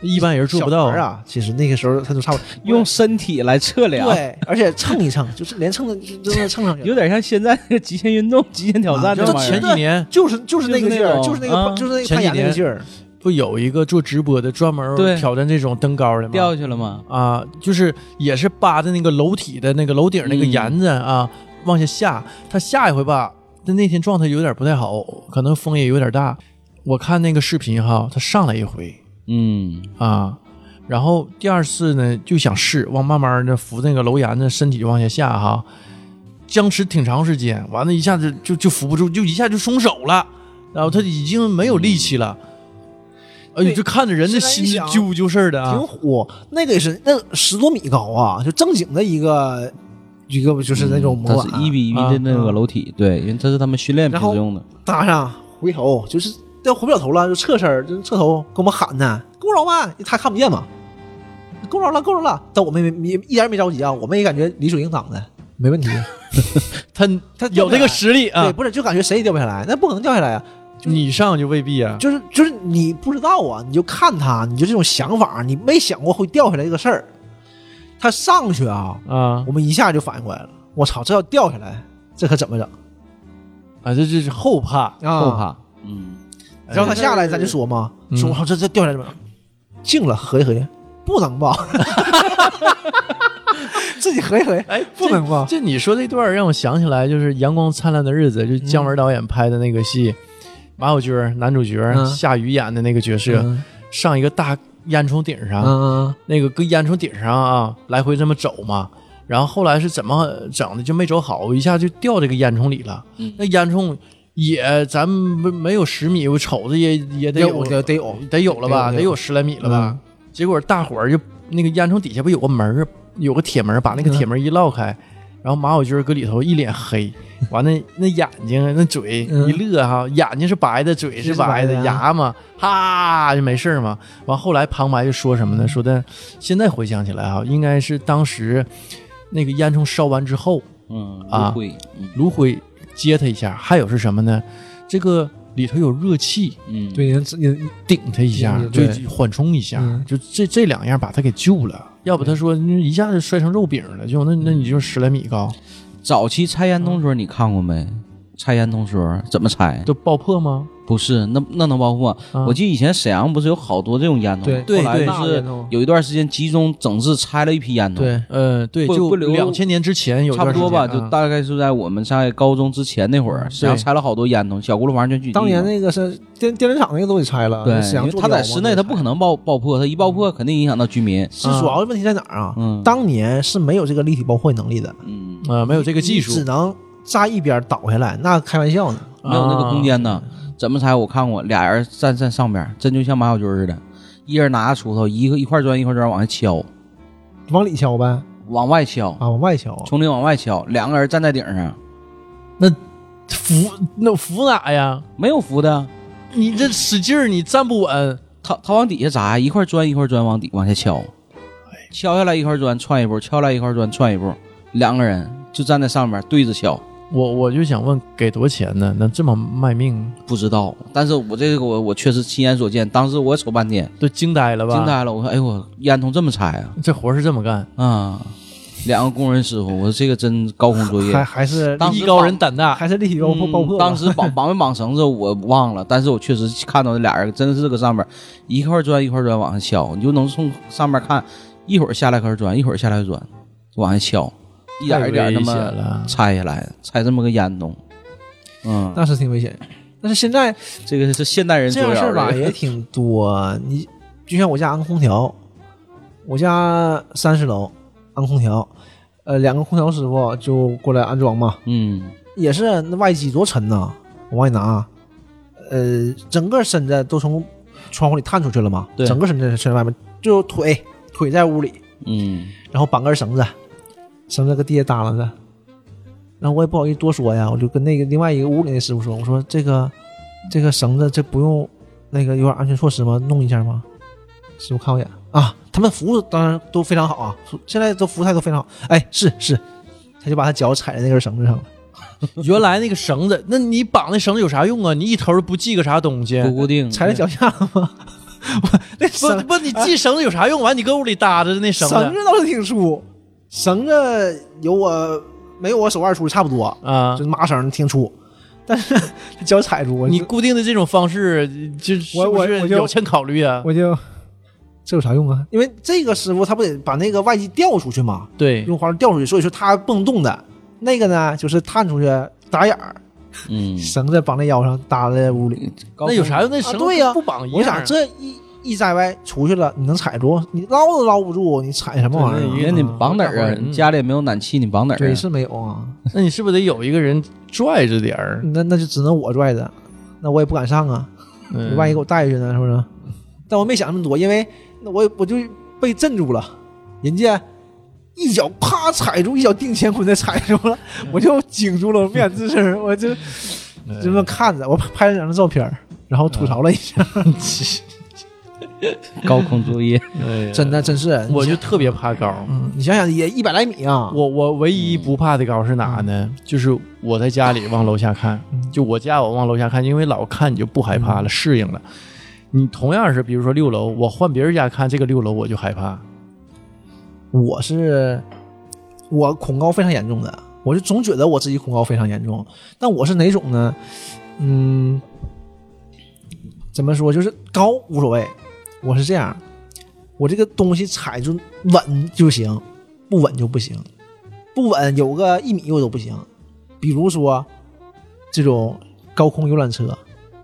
[SPEAKER 1] 一般人做不到
[SPEAKER 3] 小孩儿。啊。其实那个时候他就差不多
[SPEAKER 2] 用身体来测
[SPEAKER 1] 啊
[SPEAKER 2] 量，
[SPEAKER 3] 对，而且蹭一蹭，就是连蹭的就真的蹭上去了，
[SPEAKER 2] 有点像现在那个极限运动、极限挑战
[SPEAKER 3] 啊
[SPEAKER 2] 那
[SPEAKER 1] 这
[SPEAKER 2] 玩意
[SPEAKER 1] 前
[SPEAKER 2] 儿。
[SPEAKER 1] 几年
[SPEAKER 3] 就是就是那个劲儿，
[SPEAKER 2] 就
[SPEAKER 3] 就是是
[SPEAKER 2] 那
[SPEAKER 3] 那
[SPEAKER 2] 种
[SPEAKER 3] 个
[SPEAKER 2] 啊
[SPEAKER 3] 就是那个
[SPEAKER 1] 前
[SPEAKER 3] 攀
[SPEAKER 1] 几
[SPEAKER 3] 岩那
[SPEAKER 1] 年
[SPEAKER 3] 个劲儿，
[SPEAKER 1] 不有一个做直播的，专门
[SPEAKER 2] 对
[SPEAKER 1] 挑战这种登高的吗？
[SPEAKER 2] 掉下去了吗？
[SPEAKER 1] 啊，就是也是扒着那个楼体的那个楼顶那个
[SPEAKER 2] 嗯
[SPEAKER 1] 沿子啊，往下下。他下一回吧，他那天状态有点不太好，可能风也有点大。我看那个视频哈，他上来一回，
[SPEAKER 2] 嗯，
[SPEAKER 1] 啊。然后第二次呢，就想试，往慢慢的扶那个楼沿着，身体就往下下哈，僵持挺长时间，完了，一下子就就扶不住，就一下就松手了，然后他已经没有力气了，哎呦，
[SPEAKER 3] 对
[SPEAKER 1] 就看着人的
[SPEAKER 3] 现在一
[SPEAKER 1] 心就
[SPEAKER 3] 想
[SPEAKER 1] 揪揪事儿的啊
[SPEAKER 3] 挺，火。那个也是那十多米高啊，就正经的一个一个就是那种
[SPEAKER 2] 它嗯
[SPEAKER 3] 模
[SPEAKER 2] 是
[SPEAKER 3] 板，啊嗯
[SPEAKER 2] 一比一的那个楼体，对，因为它是他们训练平时用的。
[SPEAKER 3] 搭上回头就是要回不了头了，就侧身儿就侧头跟我们喊呢，够着吗？他看不见嘛，够着了，够着了。但我们没没一点没着急啊，我们也感觉理所应当的，没问题。
[SPEAKER 1] 他
[SPEAKER 3] 他
[SPEAKER 1] 有这个实力
[SPEAKER 3] 对，
[SPEAKER 1] 啊，
[SPEAKER 3] 不是就感觉谁也掉不下来，那不可能掉下来啊呀、就是
[SPEAKER 1] 你上就未必啊，
[SPEAKER 3] 就是就是你不知道啊，你就看他，你就这种想法，你没想过会掉下来这个事儿。他上去啊，
[SPEAKER 1] 啊
[SPEAKER 3] 我们一下就反应过来了，我操，这要掉下来，这可怎么整
[SPEAKER 1] 啊，这这是后怕，
[SPEAKER 3] 啊？
[SPEAKER 2] 后怕，嗯，
[SPEAKER 3] 然后他下来，咱就说嘛，
[SPEAKER 1] 嗯
[SPEAKER 3] 说我操，这这掉下来怎么整？静了，合计合计，不能 *laughs* 吧？自己合计合计，
[SPEAKER 1] 哎，
[SPEAKER 3] 不能吧？
[SPEAKER 1] 这你说这段儿让我想起来，就是《阳光灿烂的日子》，就是姜文导演拍的那个戏，马小军儿男主角、
[SPEAKER 3] 嗯
[SPEAKER 1] 夏雨演的那个角色，
[SPEAKER 3] 嗯
[SPEAKER 1] 上一个大烟囱顶上，
[SPEAKER 3] 嗯
[SPEAKER 1] 那个搁烟囱顶上啊来回这么走嘛，然后后来是怎么整的就没走好，一下就掉这个烟囱里了。
[SPEAKER 3] 嗯
[SPEAKER 1] 那烟囱也咱没没有十米，我瞅着也也得
[SPEAKER 3] 得
[SPEAKER 1] 有
[SPEAKER 3] 有得得有，
[SPEAKER 1] 得有了吧，
[SPEAKER 3] 得有嗯
[SPEAKER 1] 得有十来米了吧。结果大伙儿就那个烟囱底下不有个门儿，有个铁门儿，把
[SPEAKER 3] 嗯
[SPEAKER 1] 那个铁门一烙开，然后马小军搁里头一脸黑，完了那眼睛那嘴
[SPEAKER 3] 嗯
[SPEAKER 1] 一乐哈，眼睛是白的，嘴是白的
[SPEAKER 3] 是白，的啊
[SPEAKER 1] 牙嘛哈就没事儿嘛。完后来旁白就说什么呢？说的现在回想起来哈，啊应该是当时那个烟囱烧完之后，
[SPEAKER 2] 嗯，
[SPEAKER 1] 啊
[SPEAKER 2] 芦荟，嗯
[SPEAKER 1] 炉灰接他一下，还有是什么呢？这个里头有热气，
[SPEAKER 2] 嗯，
[SPEAKER 3] 对，你你
[SPEAKER 1] 顶他一下，就
[SPEAKER 3] 嗯对
[SPEAKER 1] 缓冲一下，
[SPEAKER 3] 嗯
[SPEAKER 1] 就这这两样把他给救了。要不他说那一下就摔成肉饼了，就那那你就十来米高，
[SPEAKER 2] 早期拆烟囱时候你看过没？拆烟囱时候怎么拆？
[SPEAKER 1] 都爆破吗？
[SPEAKER 2] 不是，那那能包括吗？
[SPEAKER 1] 啊
[SPEAKER 2] 我记得以前沈阳不是有好多这种烟囱吗，
[SPEAKER 3] 对
[SPEAKER 1] 对
[SPEAKER 2] 后来
[SPEAKER 1] 对
[SPEAKER 2] 就是嗯有一段时间集中整治拆了一批烟囱，，
[SPEAKER 3] 对
[SPEAKER 1] 呃，对，
[SPEAKER 2] 不
[SPEAKER 1] 就
[SPEAKER 2] 不留
[SPEAKER 1] 两千年之前有一
[SPEAKER 2] 差
[SPEAKER 1] 段
[SPEAKER 2] 不
[SPEAKER 1] 时
[SPEAKER 2] 多
[SPEAKER 1] 间
[SPEAKER 2] 吧，
[SPEAKER 1] 啊
[SPEAKER 2] 就大概是在我们在高中之前那会儿，沈阳拆了好多烟囱，小轱辘房全聚集嘛。
[SPEAKER 3] 当年那个是电电子厂那个都给拆了，
[SPEAKER 2] 对，
[SPEAKER 3] 沈
[SPEAKER 2] 因
[SPEAKER 3] 阳
[SPEAKER 2] 为
[SPEAKER 3] 坐
[SPEAKER 2] 他
[SPEAKER 3] 标
[SPEAKER 2] 在
[SPEAKER 3] 嘛
[SPEAKER 2] 室内，
[SPEAKER 3] 那
[SPEAKER 2] 他
[SPEAKER 3] 个
[SPEAKER 2] 不可能爆爆破，他一爆破肯定影响到居民。
[SPEAKER 3] 是主要问题在哪儿啊？
[SPEAKER 2] 嗯，
[SPEAKER 3] 当年是没有这个立体爆破能力的，
[SPEAKER 2] 嗯
[SPEAKER 1] 呃没有这个技
[SPEAKER 3] 你只
[SPEAKER 1] 术，
[SPEAKER 3] 能扎一边倒下来，那开玩笑呢。
[SPEAKER 2] 没有
[SPEAKER 1] 啊
[SPEAKER 2] 那个空间呢，怎么拆？我看过，俩人站站上边，真就像马小军似的，一人拿着锄头，一个一块砖一块砖往下敲，嗯
[SPEAKER 3] 往里敲呗，
[SPEAKER 2] 往外敲，
[SPEAKER 3] 啊，往外敲啊。
[SPEAKER 2] 从里往外敲，两个人站在顶上，
[SPEAKER 1] 扶那扶哪呀？
[SPEAKER 2] 没有扶的，
[SPEAKER 1] 你这使劲儿，你站不稳，
[SPEAKER 2] 他他往底下砸，一块砖一块砖往底往下敲，敲下来一块砖窜一步，敲下来一块砖窜一步，两个人就站在上面对着敲。
[SPEAKER 1] 我我就想问，给多钱呢？能这么卖命，
[SPEAKER 2] 不知道，但是我这个我我确实亲眼所见，当时我也瞅半天，
[SPEAKER 1] 都惊呆了吧？
[SPEAKER 2] 惊，呆了。我说，哎呦我烟囱这么拆啊！
[SPEAKER 1] 这活儿是这么干，
[SPEAKER 3] 嗯
[SPEAKER 2] 啊，两个工人师傅，我说这个真高空作业
[SPEAKER 3] 还。还是
[SPEAKER 2] 当时
[SPEAKER 1] 艺高人胆大，
[SPEAKER 3] 还是立体爆破
[SPEAKER 2] 嗯
[SPEAKER 3] 爆破吧。
[SPEAKER 2] 当时绑绑没绑绳子我忘了，但是我确实看到那俩人真是搁上面一块砖一块砖往上敲，你就能从上面看，一会儿下来块砖，一会儿下来砖，就往下敲，一点一点那
[SPEAKER 1] 太危险
[SPEAKER 2] 么
[SPEAKER 1] 了。
[SPEAKER 2] 拆下来，拆这么个烟囱。嗯，
[SPEAKER 3] 那是挺危险，但是现在
[SPEAKER 2] 这个是现代人
[SPEAKER 3] 这
[SPEAKER 2] 做
[SPEAKER 3] 样事
[SPEAKER 2] 谣
[SPEAKER 3] 儿
[SPEAKER 2] *laughs*
[SPEAKER 3] 吧
[SPEAKER 2] 的
[SPEAKER 3] 也挺多。你就像我家安空调，我家三十楼安空调，呃，两个空调师傅就过来安装嘛，
[SPEAKER 2] 嗯，
[SPEAKER 3] 也是那外机多沉呐，往外拿，呃，整个身子都从窗户里探出去了嘛，
[SPEAKER 2] 对
[SPEAKER 3] 整个身子伸外面，就腿腿在屋里，
[SPEAKER 2] 嗯，
[SPEAKER 3] 然后绑根绳子，绳子搁地下耷拉着。然后我也不好意思多说呀，我就跟那个另外一个屋里那师傅说：“我说这个这个绳子这不用那个有点安全措施吗？弄一下吗？”师傅看我一眼，啊，他们服务当然都非常好啊，现在都服务态度非常好。哎，是是，他就把他脚踩在那根绳子上了。
[SPEAKER 1] 原来那个绳子，那你绑那绳子有啥用啊？你一头不系个啥东西？
[SPEAKER 2] 不固定，
[SPEAKER 3] 踩在脚下了吗？ *laughs* 我那嗯绳
[SPEAKER 1] 不不，你系绳子有啥用？完你搁屋里搭着那绳
[SPEAKER 3] 绳
[SPEAKER 1] 子
[SPEAKER 3] 子倒是挺粗，绳子有我没有我手腕粗差不多，
[SPEAKER 1] 啊
[SPEAKER 3] 就，麻绳挺粗，但是他脚踩住我就，
[SPEAKER 1] 你固定的这种方式，就是
[SPEAKER 3] 我
[SPEAKER 1] 不
[SPEAKER 3] 我我
[SPEAKER 1] 是
[SPEAKER 3] 就
[SPEAKER 1] 有欠考虑啊？
[SPEAKER 3] 我就这有啥用啊？因为这个师傅他不得把那个外机吊出去吗？
[SPEAKER 1] 对，
[SPEAKER 3] 用花吊出去，所以说他不能动的。那个呢，就是探出去打眼儿，
[SPEAKER 2] 嗯，
[SPEAKER 3] 绳子绑在腰上搭在屋里。
[SPEAKER 1] 那有啥用？那
[SPEAKER 3] 啊
[SPEAKER 1] 绳子
[SPEAKER 3] 对呀
[SPEAKER 1] 不绑一
[SPEAKER 3] 我
[SPEAKER 1] 样啊
[SPEAKER 3] 想。这一一在外出去了，你能踩住？你捞都捞不住，你踩什么玩意
[SPEAKER 1] 对
[SPEAKER 3] 儿
[SPEAKER 1] 那
[SPEAKER 3] 啊
[SPEAKER 1] 鱼？
[SPEAKER 2] 那你绑哪儿啊？你家里也没有暖气，你绑哪儿
[SPEAKER 3] 对，
[SPEAKER 2] 啊？
[SPEAKER 3] 是没有啊。
[SPEAKER 1] 那你是不是得有一个人拽着点儿？
[SPEAKER 3] 那那就只能我拽着，那我也不敢上啊，
[SPEAKER 1] 嗯
[SPEAKER 3] 你万一给我带下去呢，是不是？但我没想那么多，因为那我也我就被镇住了，人家一脚啪踩住，一脚定乾坤的踩住了，
[SPEAKER 1] 嗯
[SPEAKER 3] 我就惊住了，我不敢吱声，我就就这么看着，我拍了两张照片儿，然后吐槽了一下，
[SPEAKER 2] 高空作业，
[SPEAKER 1] 哎呀
[SPEAKER 3] 真的真是，
[SPEAKER 1] 我就特别怕高。
[SPEAKER 3] 嗯，你想想也一百来米啊，
[SPEAKER 1] 我我唯一不怕的高是哪呢？就是我在家里往楼下看，
[SPEAKER 3] 嗯
[SPEAKER 1] 就我家我往楼下看，因为老看你就不害怕了，适应了。你同样是，比如说六楼，我换别人家看这个六楼，我就害怕。
[SPEAKER 3] 我是我恐高非常严重的，我就总觉得我自己恐高非常严重。但我是哪种呢？嗯，怎么说？就是高无所谓，我是这样，我这个东西踩住稳就行，不稳就不行，不稳有个一米我都不行。比如说这种高空游览车，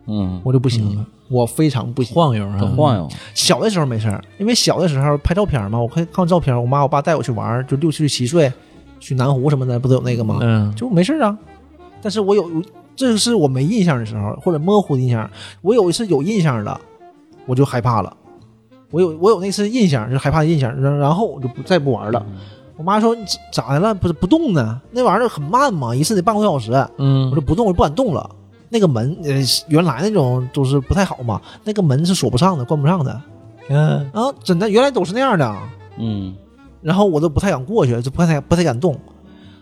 [SPEAKER 2] 嗯，
[SPEAKER 3] 我就不行了，我非常不行。
[SPEAKER 1] 晃悠啊，
[SPEAKER 2] 都晃悠，
[SPEAKER 3] 小的时候没事儿，因为小的时候拍照片嘛，我看看照片，我妈我爸带我去玩儿，就六岁七岁去南湖什么的，不都有那个吗？
[SPEAKER 1] 嗯，
[SPEAKER 3] 就没事儿啊。但是我有，这是我没印象的时候，或者模糊的印象。我有一次有印象了，我就害怕了。我有我有那次印象，就是害怕的印象，然然后我就不再不玩
[SPEAKER 1] 嗯
[SPEAKER 3] 了。我妈说你咋的了？不是不动呢？那玩意儿很慢嘛，一次得半个多小时。
[SPEAKER 1] 嗯，
[SPEAKER 3] 我就不动，我就不敢动了。那个门，呃，原来那种都是不太好嘛，那个门是锁不上的，关不上的。
[SPEAKER 1] 嗯，
[SPEAKER 3] 啊，真的，原来都是那样的。啊
[SPEAKER 2] 嗯，
[SPEAKER 3] 然后我都不太敢过去，就不太不太敢动。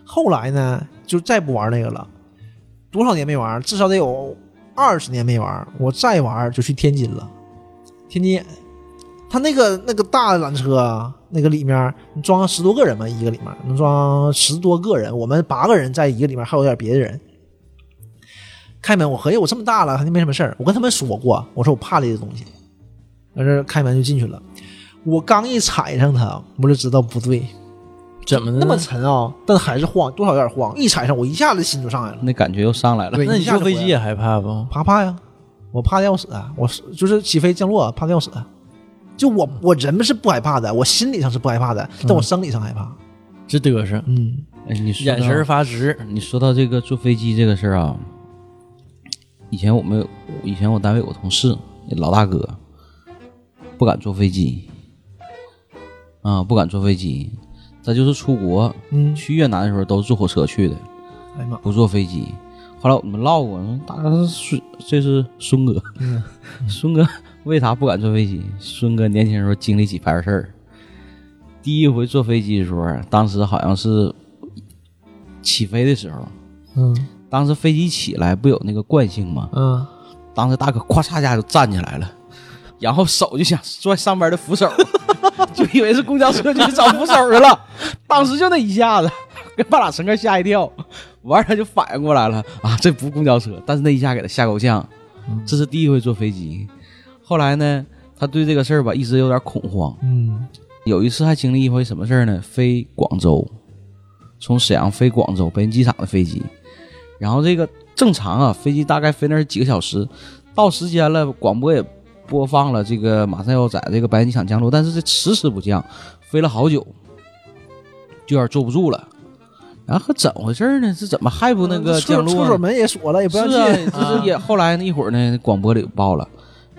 [SPEAKER 3] 后来呢，就再不玩那个了。多少年没玩，至少得有二十年没玩。我再玩就去天津了，天津，他那个那个大的缆车啊，那个里面能装十多个人嘛，一个里面能装十多个人，我们八个人在一个里面，还有点别的人。开门，我合计我这么大了，肯定没什么事儿。我跟他们说过，我说我怕这些东西，完事儿开门就进去了。我刚一踩上它，我就知道不对，
[SPEAKER 1] 怎么的呢
[SPEAKER 3] 那么沉啊，但还是晃，多少有点晃。一踩上，我一下子心就上来了。
[SPEAKER 2] 那感觉又上来了。
[SPEAKER 3] 对，
[SPEAKER 1] 那你
[SPEAKER 3] 一下
[SPEAKER 1] 坐
[SPEAKER 3] 子
[SPEAKER 1] 飞
[SPEAKER 3] 回
[SPEAKER 1] 机
[SPEAKER 3] 来
[SPEAKER 1] 也害怕不？
[SPEAKER 3] 怕怕呀，我怕的要死啊！我是就是起飞降落怕的要死啊，就我我人是不害怕的，我心理上是不害怕的，但我生理上害怕。
[SPEAKER 1] 直嘚瑟，啊
[SPEAKER 3] 嗯，
[SPEAKER 2] 哎，你说到
[SPEAKER 1] 眼神儿发直。
[SPEAKER 2] 你说到这个坐飞机这个事儿啊，以前我们有，以前我单位有个同事，老大哥，不敢坐飞机，啊，不敢坐飞机，他就是出国，
[SPEAKER 3] 嗯
[SPEAKER 2] 去越南的时候都坐火车去的，
[SPEAKER 3] 哎呀妈，
[SPEAKER 2] 不坐飞机。后来我们唠过，说大哥孙，这是孙哥，孙哥 *laughs* 为啥不敢坐飞机？孙哥年轻时候经历几番事儿。第一回坐飞机的时候，当时好像是起飞的时候，
[SPEAKER 3] 嗯
[SPEAKER 2] 当时飞机起来不有那个惯性吗？
[SPEAKER 3] 嗯，
[SPEAKER 2] 当时大哥咵嚓一下就站起来了，然后手就想拽上边的扶手， *laughs* 就以为是公交车就去找扶手去了。当时就那一下子，给半拉乘客吓一跳。完事儿他就反应过来了啊，这不是公交车，但是那一下给他吓够呛。这是第一回坐飞机。后来呢，他对这个事儿吧一直有点恐慌。
[SPEAKER 3] 嗯
[SPEAKER 2] 有一次还经历一回什么事儿呢？飞广州，从沈阳飞广州北京机场的飞机，然后这个正常啊，飞机大概飞那儿几个小时，到时间了，广播也播放了这个马上要在这个白云机场降落，但是这迟迟不降，飞了好久，就有点坐不住了。然后怎么回事儿呢？呃这怎么还不那个
[SPEAKER 3] 厕
[SPEAKER 2] 降落、
[SPEAKER 3] 厕所门也锁了，也不
[SPEAKER 2] 是
[SPEAKER 3] 让
[SPEAKER 2] 啊，
[SPEAKER 3] 进。
[SPEAKER 2] 就是也后来呢，一会儿呢，广播里报了，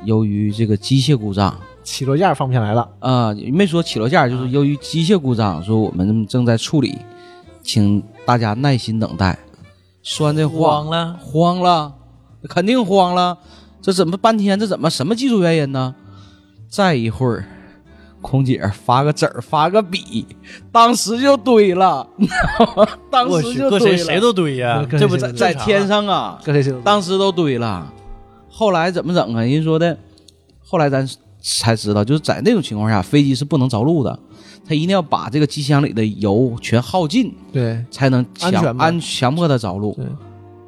[SPEAKER 2] 由于这个机械故障。
[SPEAKER 3] 起落架放不下来了，
[SPEAKER 2] 啊、没说起落架，就是由于机械故障，说我们正在处理，请大家耐心等待。栓这
[SPEAKER 1] 慌
[SPEAKER 2] 慌
[SPEAKER 1] 了，
[SPEAKER 2] 慌了，肯定慌了，这怎么半天？这怎么什么技术原因呢？再一会儿，空姐发个纸儿发个笔，当时就堆了， *laughs* 你知道吗当
[SPEAKER 1] 我
[SPEAKER 2] 时
[SPEAKER 1] 去，
[SPEAKER 2] 就
[SPEAKER 1] 搁
[SPEAKER 2] 堆
[SPEAKER 1] 谁
[SPEAKER 2] 了，
[SPEAKER 1] 谁都堆呀、
[SPEAKER 3] 搁谁
[SPEAKER 1] 这不
[SPEAKER 3] 谁
[SPEAKER 1] 在
[SPEAKER 3] 都
[SPEAKER 2] 在天上啊，
[SPEAKER 3] 跟谁谁都
[SPEAKER 2] 当时都堆了。后来怎么整啊？人说的，后来咱才知道，就是在那种情况下，飞机是不能着陆的，它一定要把这个机箱里的油全耗尽，
[SPEAKER 3] 对
[SPEAKER 2] 才能强
[SPEAKER 3] 安全
[SPEAKER 2] 安
[SPEAKER 3] 吗
[SPEAKER 2] 强迫它着陆
[SPEAKER 3] 对。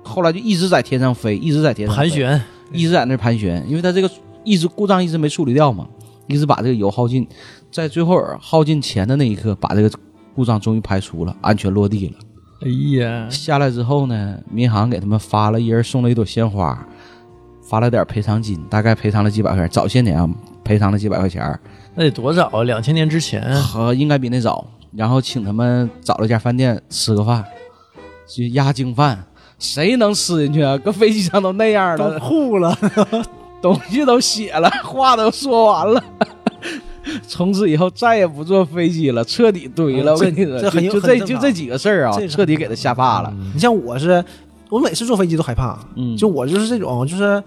[SPEAKER 2] 后来就一直在天上飞，一直在天上飞
[SPEAKER 1] 盘，旋，
[SPEAKER 2] 一直在那盘旋，因为它这个一直故障一直没处理掉嘛，一直把这个油耗尽，在最后耗尽前的那一刻，把这个故障终于排除了，安全落地了。
[SPEAKER 1] 哎呀，
[SPEAKER 2] 下来之后呢，民航给他们发了一人送了一朵鲜花，发了点赔偿金，大概赔偿了几百块钱。早些年啊，赔偿了几百块钱，
[SPEAKER 1] 那得多早啊，两千年之前，
[SPEAKER 3] *laughs* 嗯
[SPEAKER 2] 和应该比那早。然后请他们找了一家饭店吃个饭，就压惊饭，谁能吃进去啊？搁飞机上都那样
[SPEAKER 3] 都 *laughs*
[SPEAKER 2] 了，
[SPEAKER 3] 吐了，
[SPEAKER 2] 东西都写了，话都说完了。 *laughs* 从此以后再也不坐飞机了，彻底堆了。
[SPEAKER 3] 嗯
[SPEAKER 2] 我跟你说，
[SPEAKER 3] 这这很有
[SPEAKER 2] 就就这
[SPEAKER 3] 很正
[SPEAKER 2] 就
[SPEAKER 3] 常
[SPEAKER 2] 这几个事儿啊
[SPEAKER 3] 这，个
[SPEAKER 2] 彻底给他吓怕了。
[SPEAKER 3] 你像我是，我每次坐飞机都害怕，
[SPEAKER 2] 嗯，
[SPEAKER 3] 就我就是这种，就是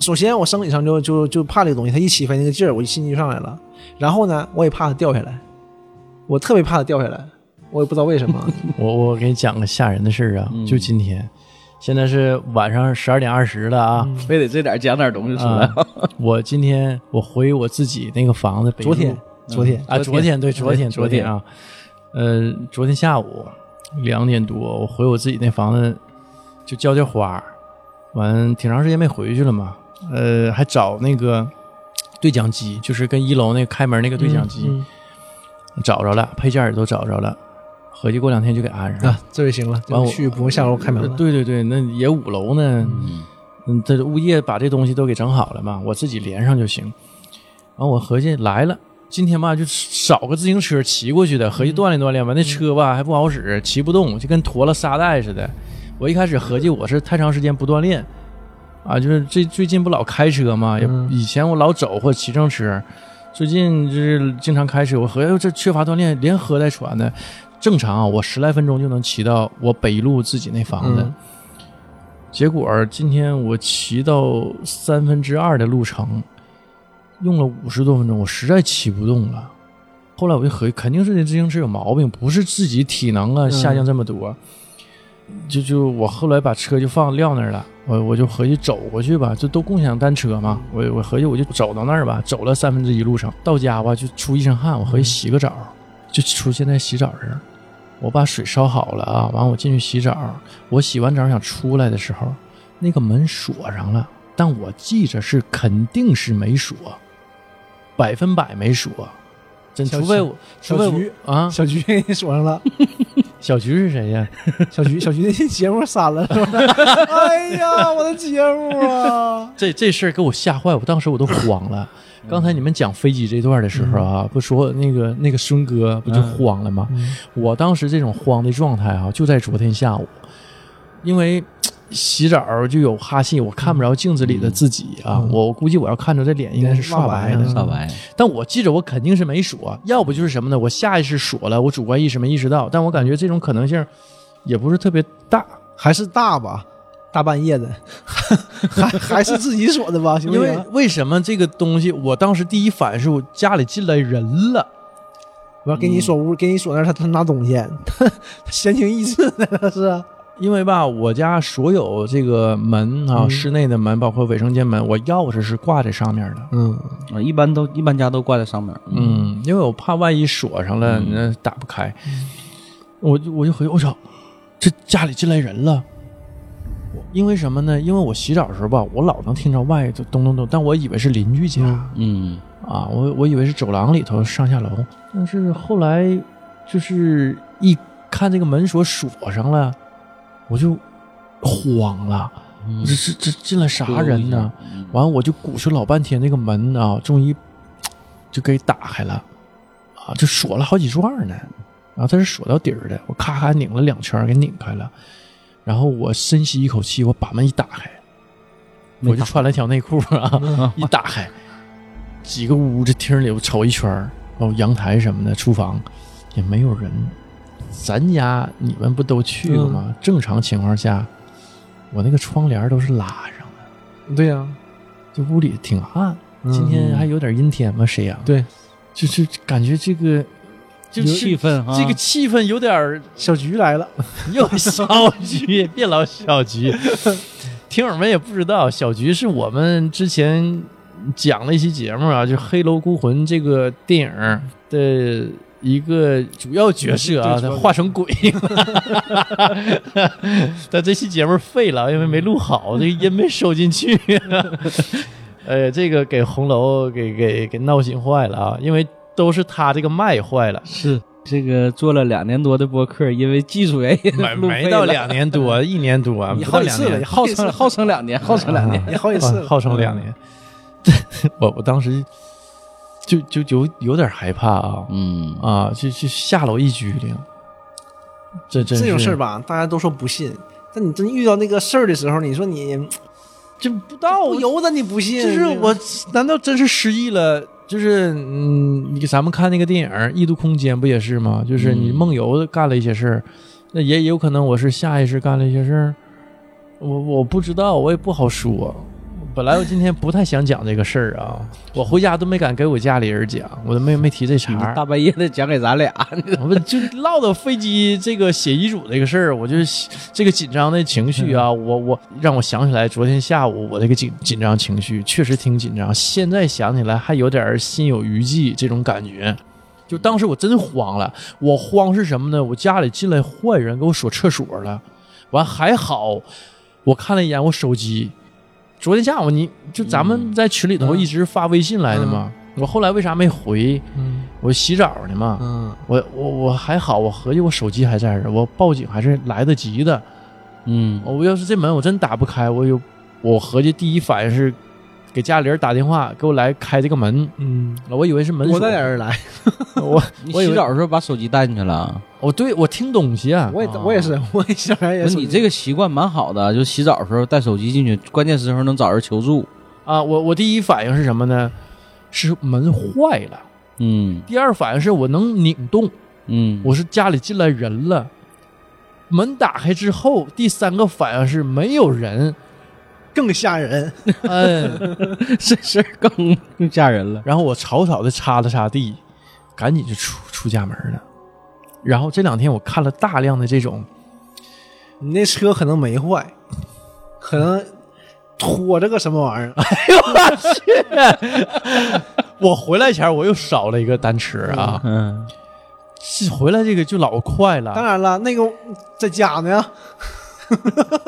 [SPEAKER 3] 首先我生理上就就就怕这个东西，它一起飞那个劲儿，我就心就上来了。然后呢，我也怕它掉下来，我特别怕它掉下来，我也不知道为什么。
[SPEAKER 1] 我我给你讲个吓人的事儿啊，
[SPEAKER 2] 嗯
[SPEAKER 1] 就今天，现在是晚上十二点二十了啊。
[SPEAKER 2] 非得这点儿讲点儿东西出
[SPEAKER 3] 嗯
[SPEAKER 2] 来。
[SPEAKER 1] 啊，我今天我回我自己那个房子，北路
[SPEAKER 3] 昨天，昨天，
[SPEAKER 1] 啊，昨天对，昨天，
[SPEAKER 2] 昨
[SPEAKER 1] 昨
[SPEAKER 2] 天
[SPEAKER 1] 天啊，呃，昨天下午两点多，我回我自己那房子就浇浇花儿，完挺长时间没回去了嘛，呃，还找那个对讲机，就是跟一楼那个开门那个对讲机、
[SPEAKER 3] 嗯
[SPEAKER 1] 找着了，配件儿也都找着了，合计过两天就给安上了。
[SPEAKER 3] 啊，这就行了，
[SPEAKER 1] 完我
[SPEAKER 3] 去不用下楼开门
[SPEAKER 1] 呃
[SPEAKER 3] 了。
[SPEAKER 1] 对对对，那也五楼呢，嗯，这物业把这东西都给整好了嘛，我自己连上就行。完，我合计来了，今天吧就少个自行车骑过去的，
[SPEAKER 3] 嗯
[SPEAKER 1] 合计锻炼锻炼吧。那车吧还不好使，骑不动，就跟驮了沙袋似的。我一开始合计我是太长时间不锻炼，啊，就是这最近不老开车嘛，也
[SPEAKER 3] 嗯
[SPEAKER 1] 以前我老走或骑上车，最近就是经常开车，我合计哎呦这缺乏锻炼，连喝带喘的。正常啊，我十来分钟就能骑到我北路自己那房子。
[SPEAKER 3] 嗯
[SPEAKER 1] 结果今天我骑到三分之二的路程，用了五十多分钟，我实在骑不动了。后来我就合计，肯定是这自行车有毛病，不是自己体能啊
[SPEAKER 3] 嗯
[SPEAKER 1] 下降这么多。就就我后来把车就放撂那儿了，我我就合计走过去吧，就都共享单车嘛，我我合计我就走到那儿吧，走了三分之一路程，到家吧就出一身汗，我合计洗个澡，就出现在洗澡这儿，我把水烧好了啊，完我进去洗澡，我洗完澡想出来的时候，那个门锁上了，但我记着是肯定是没锁，百分百没锁，真
[SPEAKER 3] 小
[SPEAKER 1] 除非我
[SPEAKER 3] 小
[SPEAKER 1] 除非
[SPEAKER 3] 菊
[SPEAKER 1] 我啊，
[SPEAKER 3] 小菊给你锁上了，
[SPEAKER 1] 小菊是谁呀？
[SPEAKER 3] 小菊，小菊那期节目删了，是吧？哎呀，我的节目啊！
[SPEAKER 1] 这这事儿给我吓坏，我当时我都慌了。
[SPEAKER 3] 嗯
[SPEAKER 1] *laughs* 刚才你们讲飞机这段的时候啊，不说那个那个孙哥不就
[SPEAKER 3] 嗯
[SPEAKER 1] 慌了吗？我当时这种慌的状态啊，就在昨天下午，因为洗澡就有哈气，我看不着镜子里的自己啊，
[SPEAKER 3] 嗯
[SPEAKER 1] 我估计我要看着这脸应该是刷白
[SPEAKER 3] 嗯
[SPEAKER 1] 的
[SPEAKER 3] 嗯，
[SPEAKER 2] 小白，
[SPEAKER 1] *laughs* 但我记着我肯定是没锁，要不就是什么呢？我下意识锁了，我主观意识没意识到，但我感觉这种可能性也不是特别大，
[SPEAKER 3] 还是大吧，大半夜的，还还是自己锁的吧，行不
[SPEAKER 1] 因为
[SPEAKER 3] 行？
[SPEAKER 1] 为什么这个东西？我当时第一反应是我家里进来人了，
[SPEAKER 3] 完给你锁屋，给你锁那儿，他他拿东西，他他闲情逸致的是啊，
[SPEAKER 1] 因为吧，我家所有这个门啊，
[SPEAKER 3] 嗯
[SPEAKER 1] 室内的门，包括卫生间门，我钥匙是挂在上面的。
[SPEAKER 3] 嗯，
[SPEAKER 2] 啊，一般都一般家都挂在上面。
[SPEAKER 1] 嗯，因为我怕万一锁上了，那打不开，我就我就回去，我操，这家里进来人了。我因为什么呢？因为我洗澡的时候吧，我老能听着外头咚咚咚，但我以为是邻居家、
[SPEAKER 2] 嗯
[SPEAKER 1] 啊，我我以为是走廊里头上下楼，但是后来就是一看这个门锁锁上了，我就慌了，
[SPEAKER 2] 嗯
[SPEAKER 1] 这这这进来啥人呢？？完，我就鼓捣老半天那个门啊，终于就给打开了，啊，就锁了好几转呢。然后它是锁到底儿的，我咔咔拧了两圈儿给拧开了。然后我深吸一口气，我把门一打开，
[SPEAKER 2] 没
[SPEAKER 1] 我就
[SPEAKER 2] 打嗯
[SPEAKER 1] 穿了条内裤啊，一打开，几个屋这厅里我瞅一圈儿，哦，阳台什么的，厨房也没有人。咱家你们不都去过
[SPEAKER 2] 嗯
[SPEAKER 1] 吗？正常情况下，我那个窗帘儿都是拉上的。
[SPEAKER 3] 对呀、
[SPEAKER 1] 这屋里挺暗，
[SPEAKER 3] 嗯
[SPEAKER 1] 今天还有点阴天嘛，沈阳、
[SPEAKER 3] 对，
[SPEAKER 1] 就是感觉这个就
[SPEAKER 2] 气
[SPEAKER 1] 是
[SPEAKER 2] 氛啊，
[SPEAKER 1] 这个气氛有点儿
[SPEAKER 3] 小菊来 *laughs* 了，
[SPEAKER 1] *laughs* 又小菊，别老小 *laughs* 菊。听友们也不知道，小菊是我们之前讲了一期节目啊，就《黑楼孤魂》这个电影的一个主要角色啊，
[SPEAKER 3] 对
[SPEAKER 1] 他化成鬼 *laughs* 了。但这期节目废了，因为没录好，这个音没收进 *laughs* 去。呃，这个给红楼给给给闹心坏了啊，因为都是他这个麦坏了。
[SPEAKER 2] 是这个做了两年多的播客，因为技 *laughs* 术原因
[SPEAKER 1] 没
[SPEAKER 2] 录
[SPEAKER 1] 没
[SPEAKER 2] 废
[SPEAKER 1] 到
[SPEAKER 2] 了
[SPEAKER 1] 两年多，一年多，
[SPEAKER 3] 你
[SPEAKER 1] 不到
[SPEAKER 3] 好几
[SPEAKER 1] 两
[SPEAKER 3] 次
[SPEAKER 1] 年
[SPEAKER 3] 了，你
[SPEAKER 2] 号
[SPEAKER 3] 好几
[SPEAKER 2] *laughs*
[SPEAKER 3] 次
[SPEAKER 2] 称
[SPEAKER 3] 了，
[SPEAKER 2] 号称两年，号称两年。
[SPEAKER 3] 你哦好几次
[SPEAKER 1] 啊
[SPEAKER 3] 了，
[SPEAKER 1] 号称两年。 *laughs* 我我当时就就有有点害怕啊
[SPEAKER 2] 嗯，
[SPEAKER 1] 啊，就就吓了我一激灵。这真是
[SPEAKER 3] 这种事儿，吧，大家都说不信，但你真遇到那个事儿的时候，你说你
[SPEAKER 1] 这不到
[SPEAKER 3] 不由得你不信，
[SPEAKER 1] 就是我，难道真是失忆了？就是嗯，你咱们看那个电影《异度空间》不也是吗？就是你
[SPEAKER 2] 嗯
[SPEAKER 1] 梦游干了一些事儿，那也有可能我是下意识干了一些事儿，我我不知道，我也不好说。本来我今天不太想讲这个事儿啊，我回家都没敢给我家里人讲，我都没没提这茬
[SPEAKER 2] 你
[SPEAKER 1] 儿。
[SPEAKER 2] 大半夜的讲给咱俩， *laughs*
[SPEAKER 1] *laughs* 我就唠到飞机这个写遗嘱这个事儿，我就是这个紧张的情绪啊，我我让我想起来昨天下午我这个紧紧张情绪确实挺紧张，现在想起来还有点儿心有余悸这种感觉。就当时我真慌了，我慌是什么呢？我家里进来坏人给我锁厕所了，完还好，我看了一眼我手机，昨天下午你就咱们在群里头一直发微信来的嘛，我后来为啥没回？
[SPEAKER 3] 嗯
[SPEAKER 1] 我洗澡呢嘛，
[SPEAKER 3] 嗯，
[SPEAKER 1] 我我我还好，我合计我手机还在这儿，我报警还是来得及的。
[SPEAKER 2] 嗯，
[SPEAKER 1] 我要是这门我真打不开，我有我合计第一反应是给家里人打电话，给我来开这个门。
[SPEAKER 3] 嗯，
[SPEAKER 1] 我以为是门
[SPEAKER 3] 多
[SPEAKER 1] 锁，
[SPEAKER 3] 带点人来，
[SPEAKER 1] *laughs* 我
[SPEAKER 2] 你
[SPEAKER 1] 我以
[SPEAKER 2] 洗
[SPEAKER 1] 为
[SPEAKER 2] 澡的时候把手机带进去了。
[SPEAKER 1] 我对我听东西啊，
[SPEAKER 3] *laughs* 我也我也是，我也想来也
[SPEAKER 2] 不
[SPEAKER 3] 是
[SPEAKER 2] 是你这个习惯蛮好的，就洗澡的时候带手机进去，关键时候能找人求助。
[SPEAKER 1] 啊，我我第一反应是什么呢？是门坏了。
[SPEAKER 2] 嗯
[SPEAKER 1] 第二反应是我能拧动，
[SPEAKER 2] 嗯，
[SPEAKER 1] 我是家里进来人了。门打开之后，第三个反应是没有人。
[SPEAKER 3] 更吓人，
[SPEAKER 1] 嗯。
[SPEAKER 2] 这事儿更更 *laughs* 吓人了。
[SPEAKER 1] 然后我草草的擦了擦地，赶紧就出出家门了。然后这两天我看了大量的这种，
[SPEAKER 3] 你那车可能没坏，可能拖着个什么玩意儿，
[SPEAKER 1] 我回来前我又少了一个单车啊，
[SPEAKER 2] 嗯，
[SPEAKER 1] 这回来这个就老快
[SPEAKER 3] 当
[SPEAKER 1] 了，
[SPEAKER 3] 然了，那个在家呢，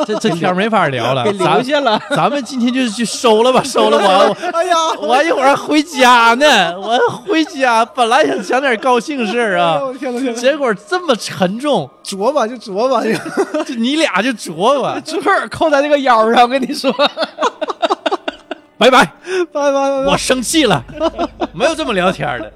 [SPEAKER 1] 这这天儿没法聊了，咱
[SPEAKER 2] 下了。
[SPEAKER 1] 咱们今天就就收
[SPEAKER 3] *laughs*
[SPEAKER 1] 了吧，收了吧。
[SPEAKER 3] *laughs* 哎呀，
[SPEAKER 1] 我我一会儿还回家呢，我还回家本来想讲点高兴事儿
[SPEAKER 3] 哎
[SPEAKER 1] 啊
[SPEAKER 3] 呦，我的天哪，天哪
[SPEAKER 1] 结果这么沉重， *laughs*
[SPEAKER 3] 琢磨就琢磨，这个
[SPEAKER 1] 就你俩就琢磨，
[SPEAKER 2] 这会儿扣在这个腰上，我跟你说，
[SPEAKER 1] 拜拜。
[SPEAKER 3] 拜拜拜拜。
[SPEAKER 1] *laughs* 我生气了，没有这么聊天的。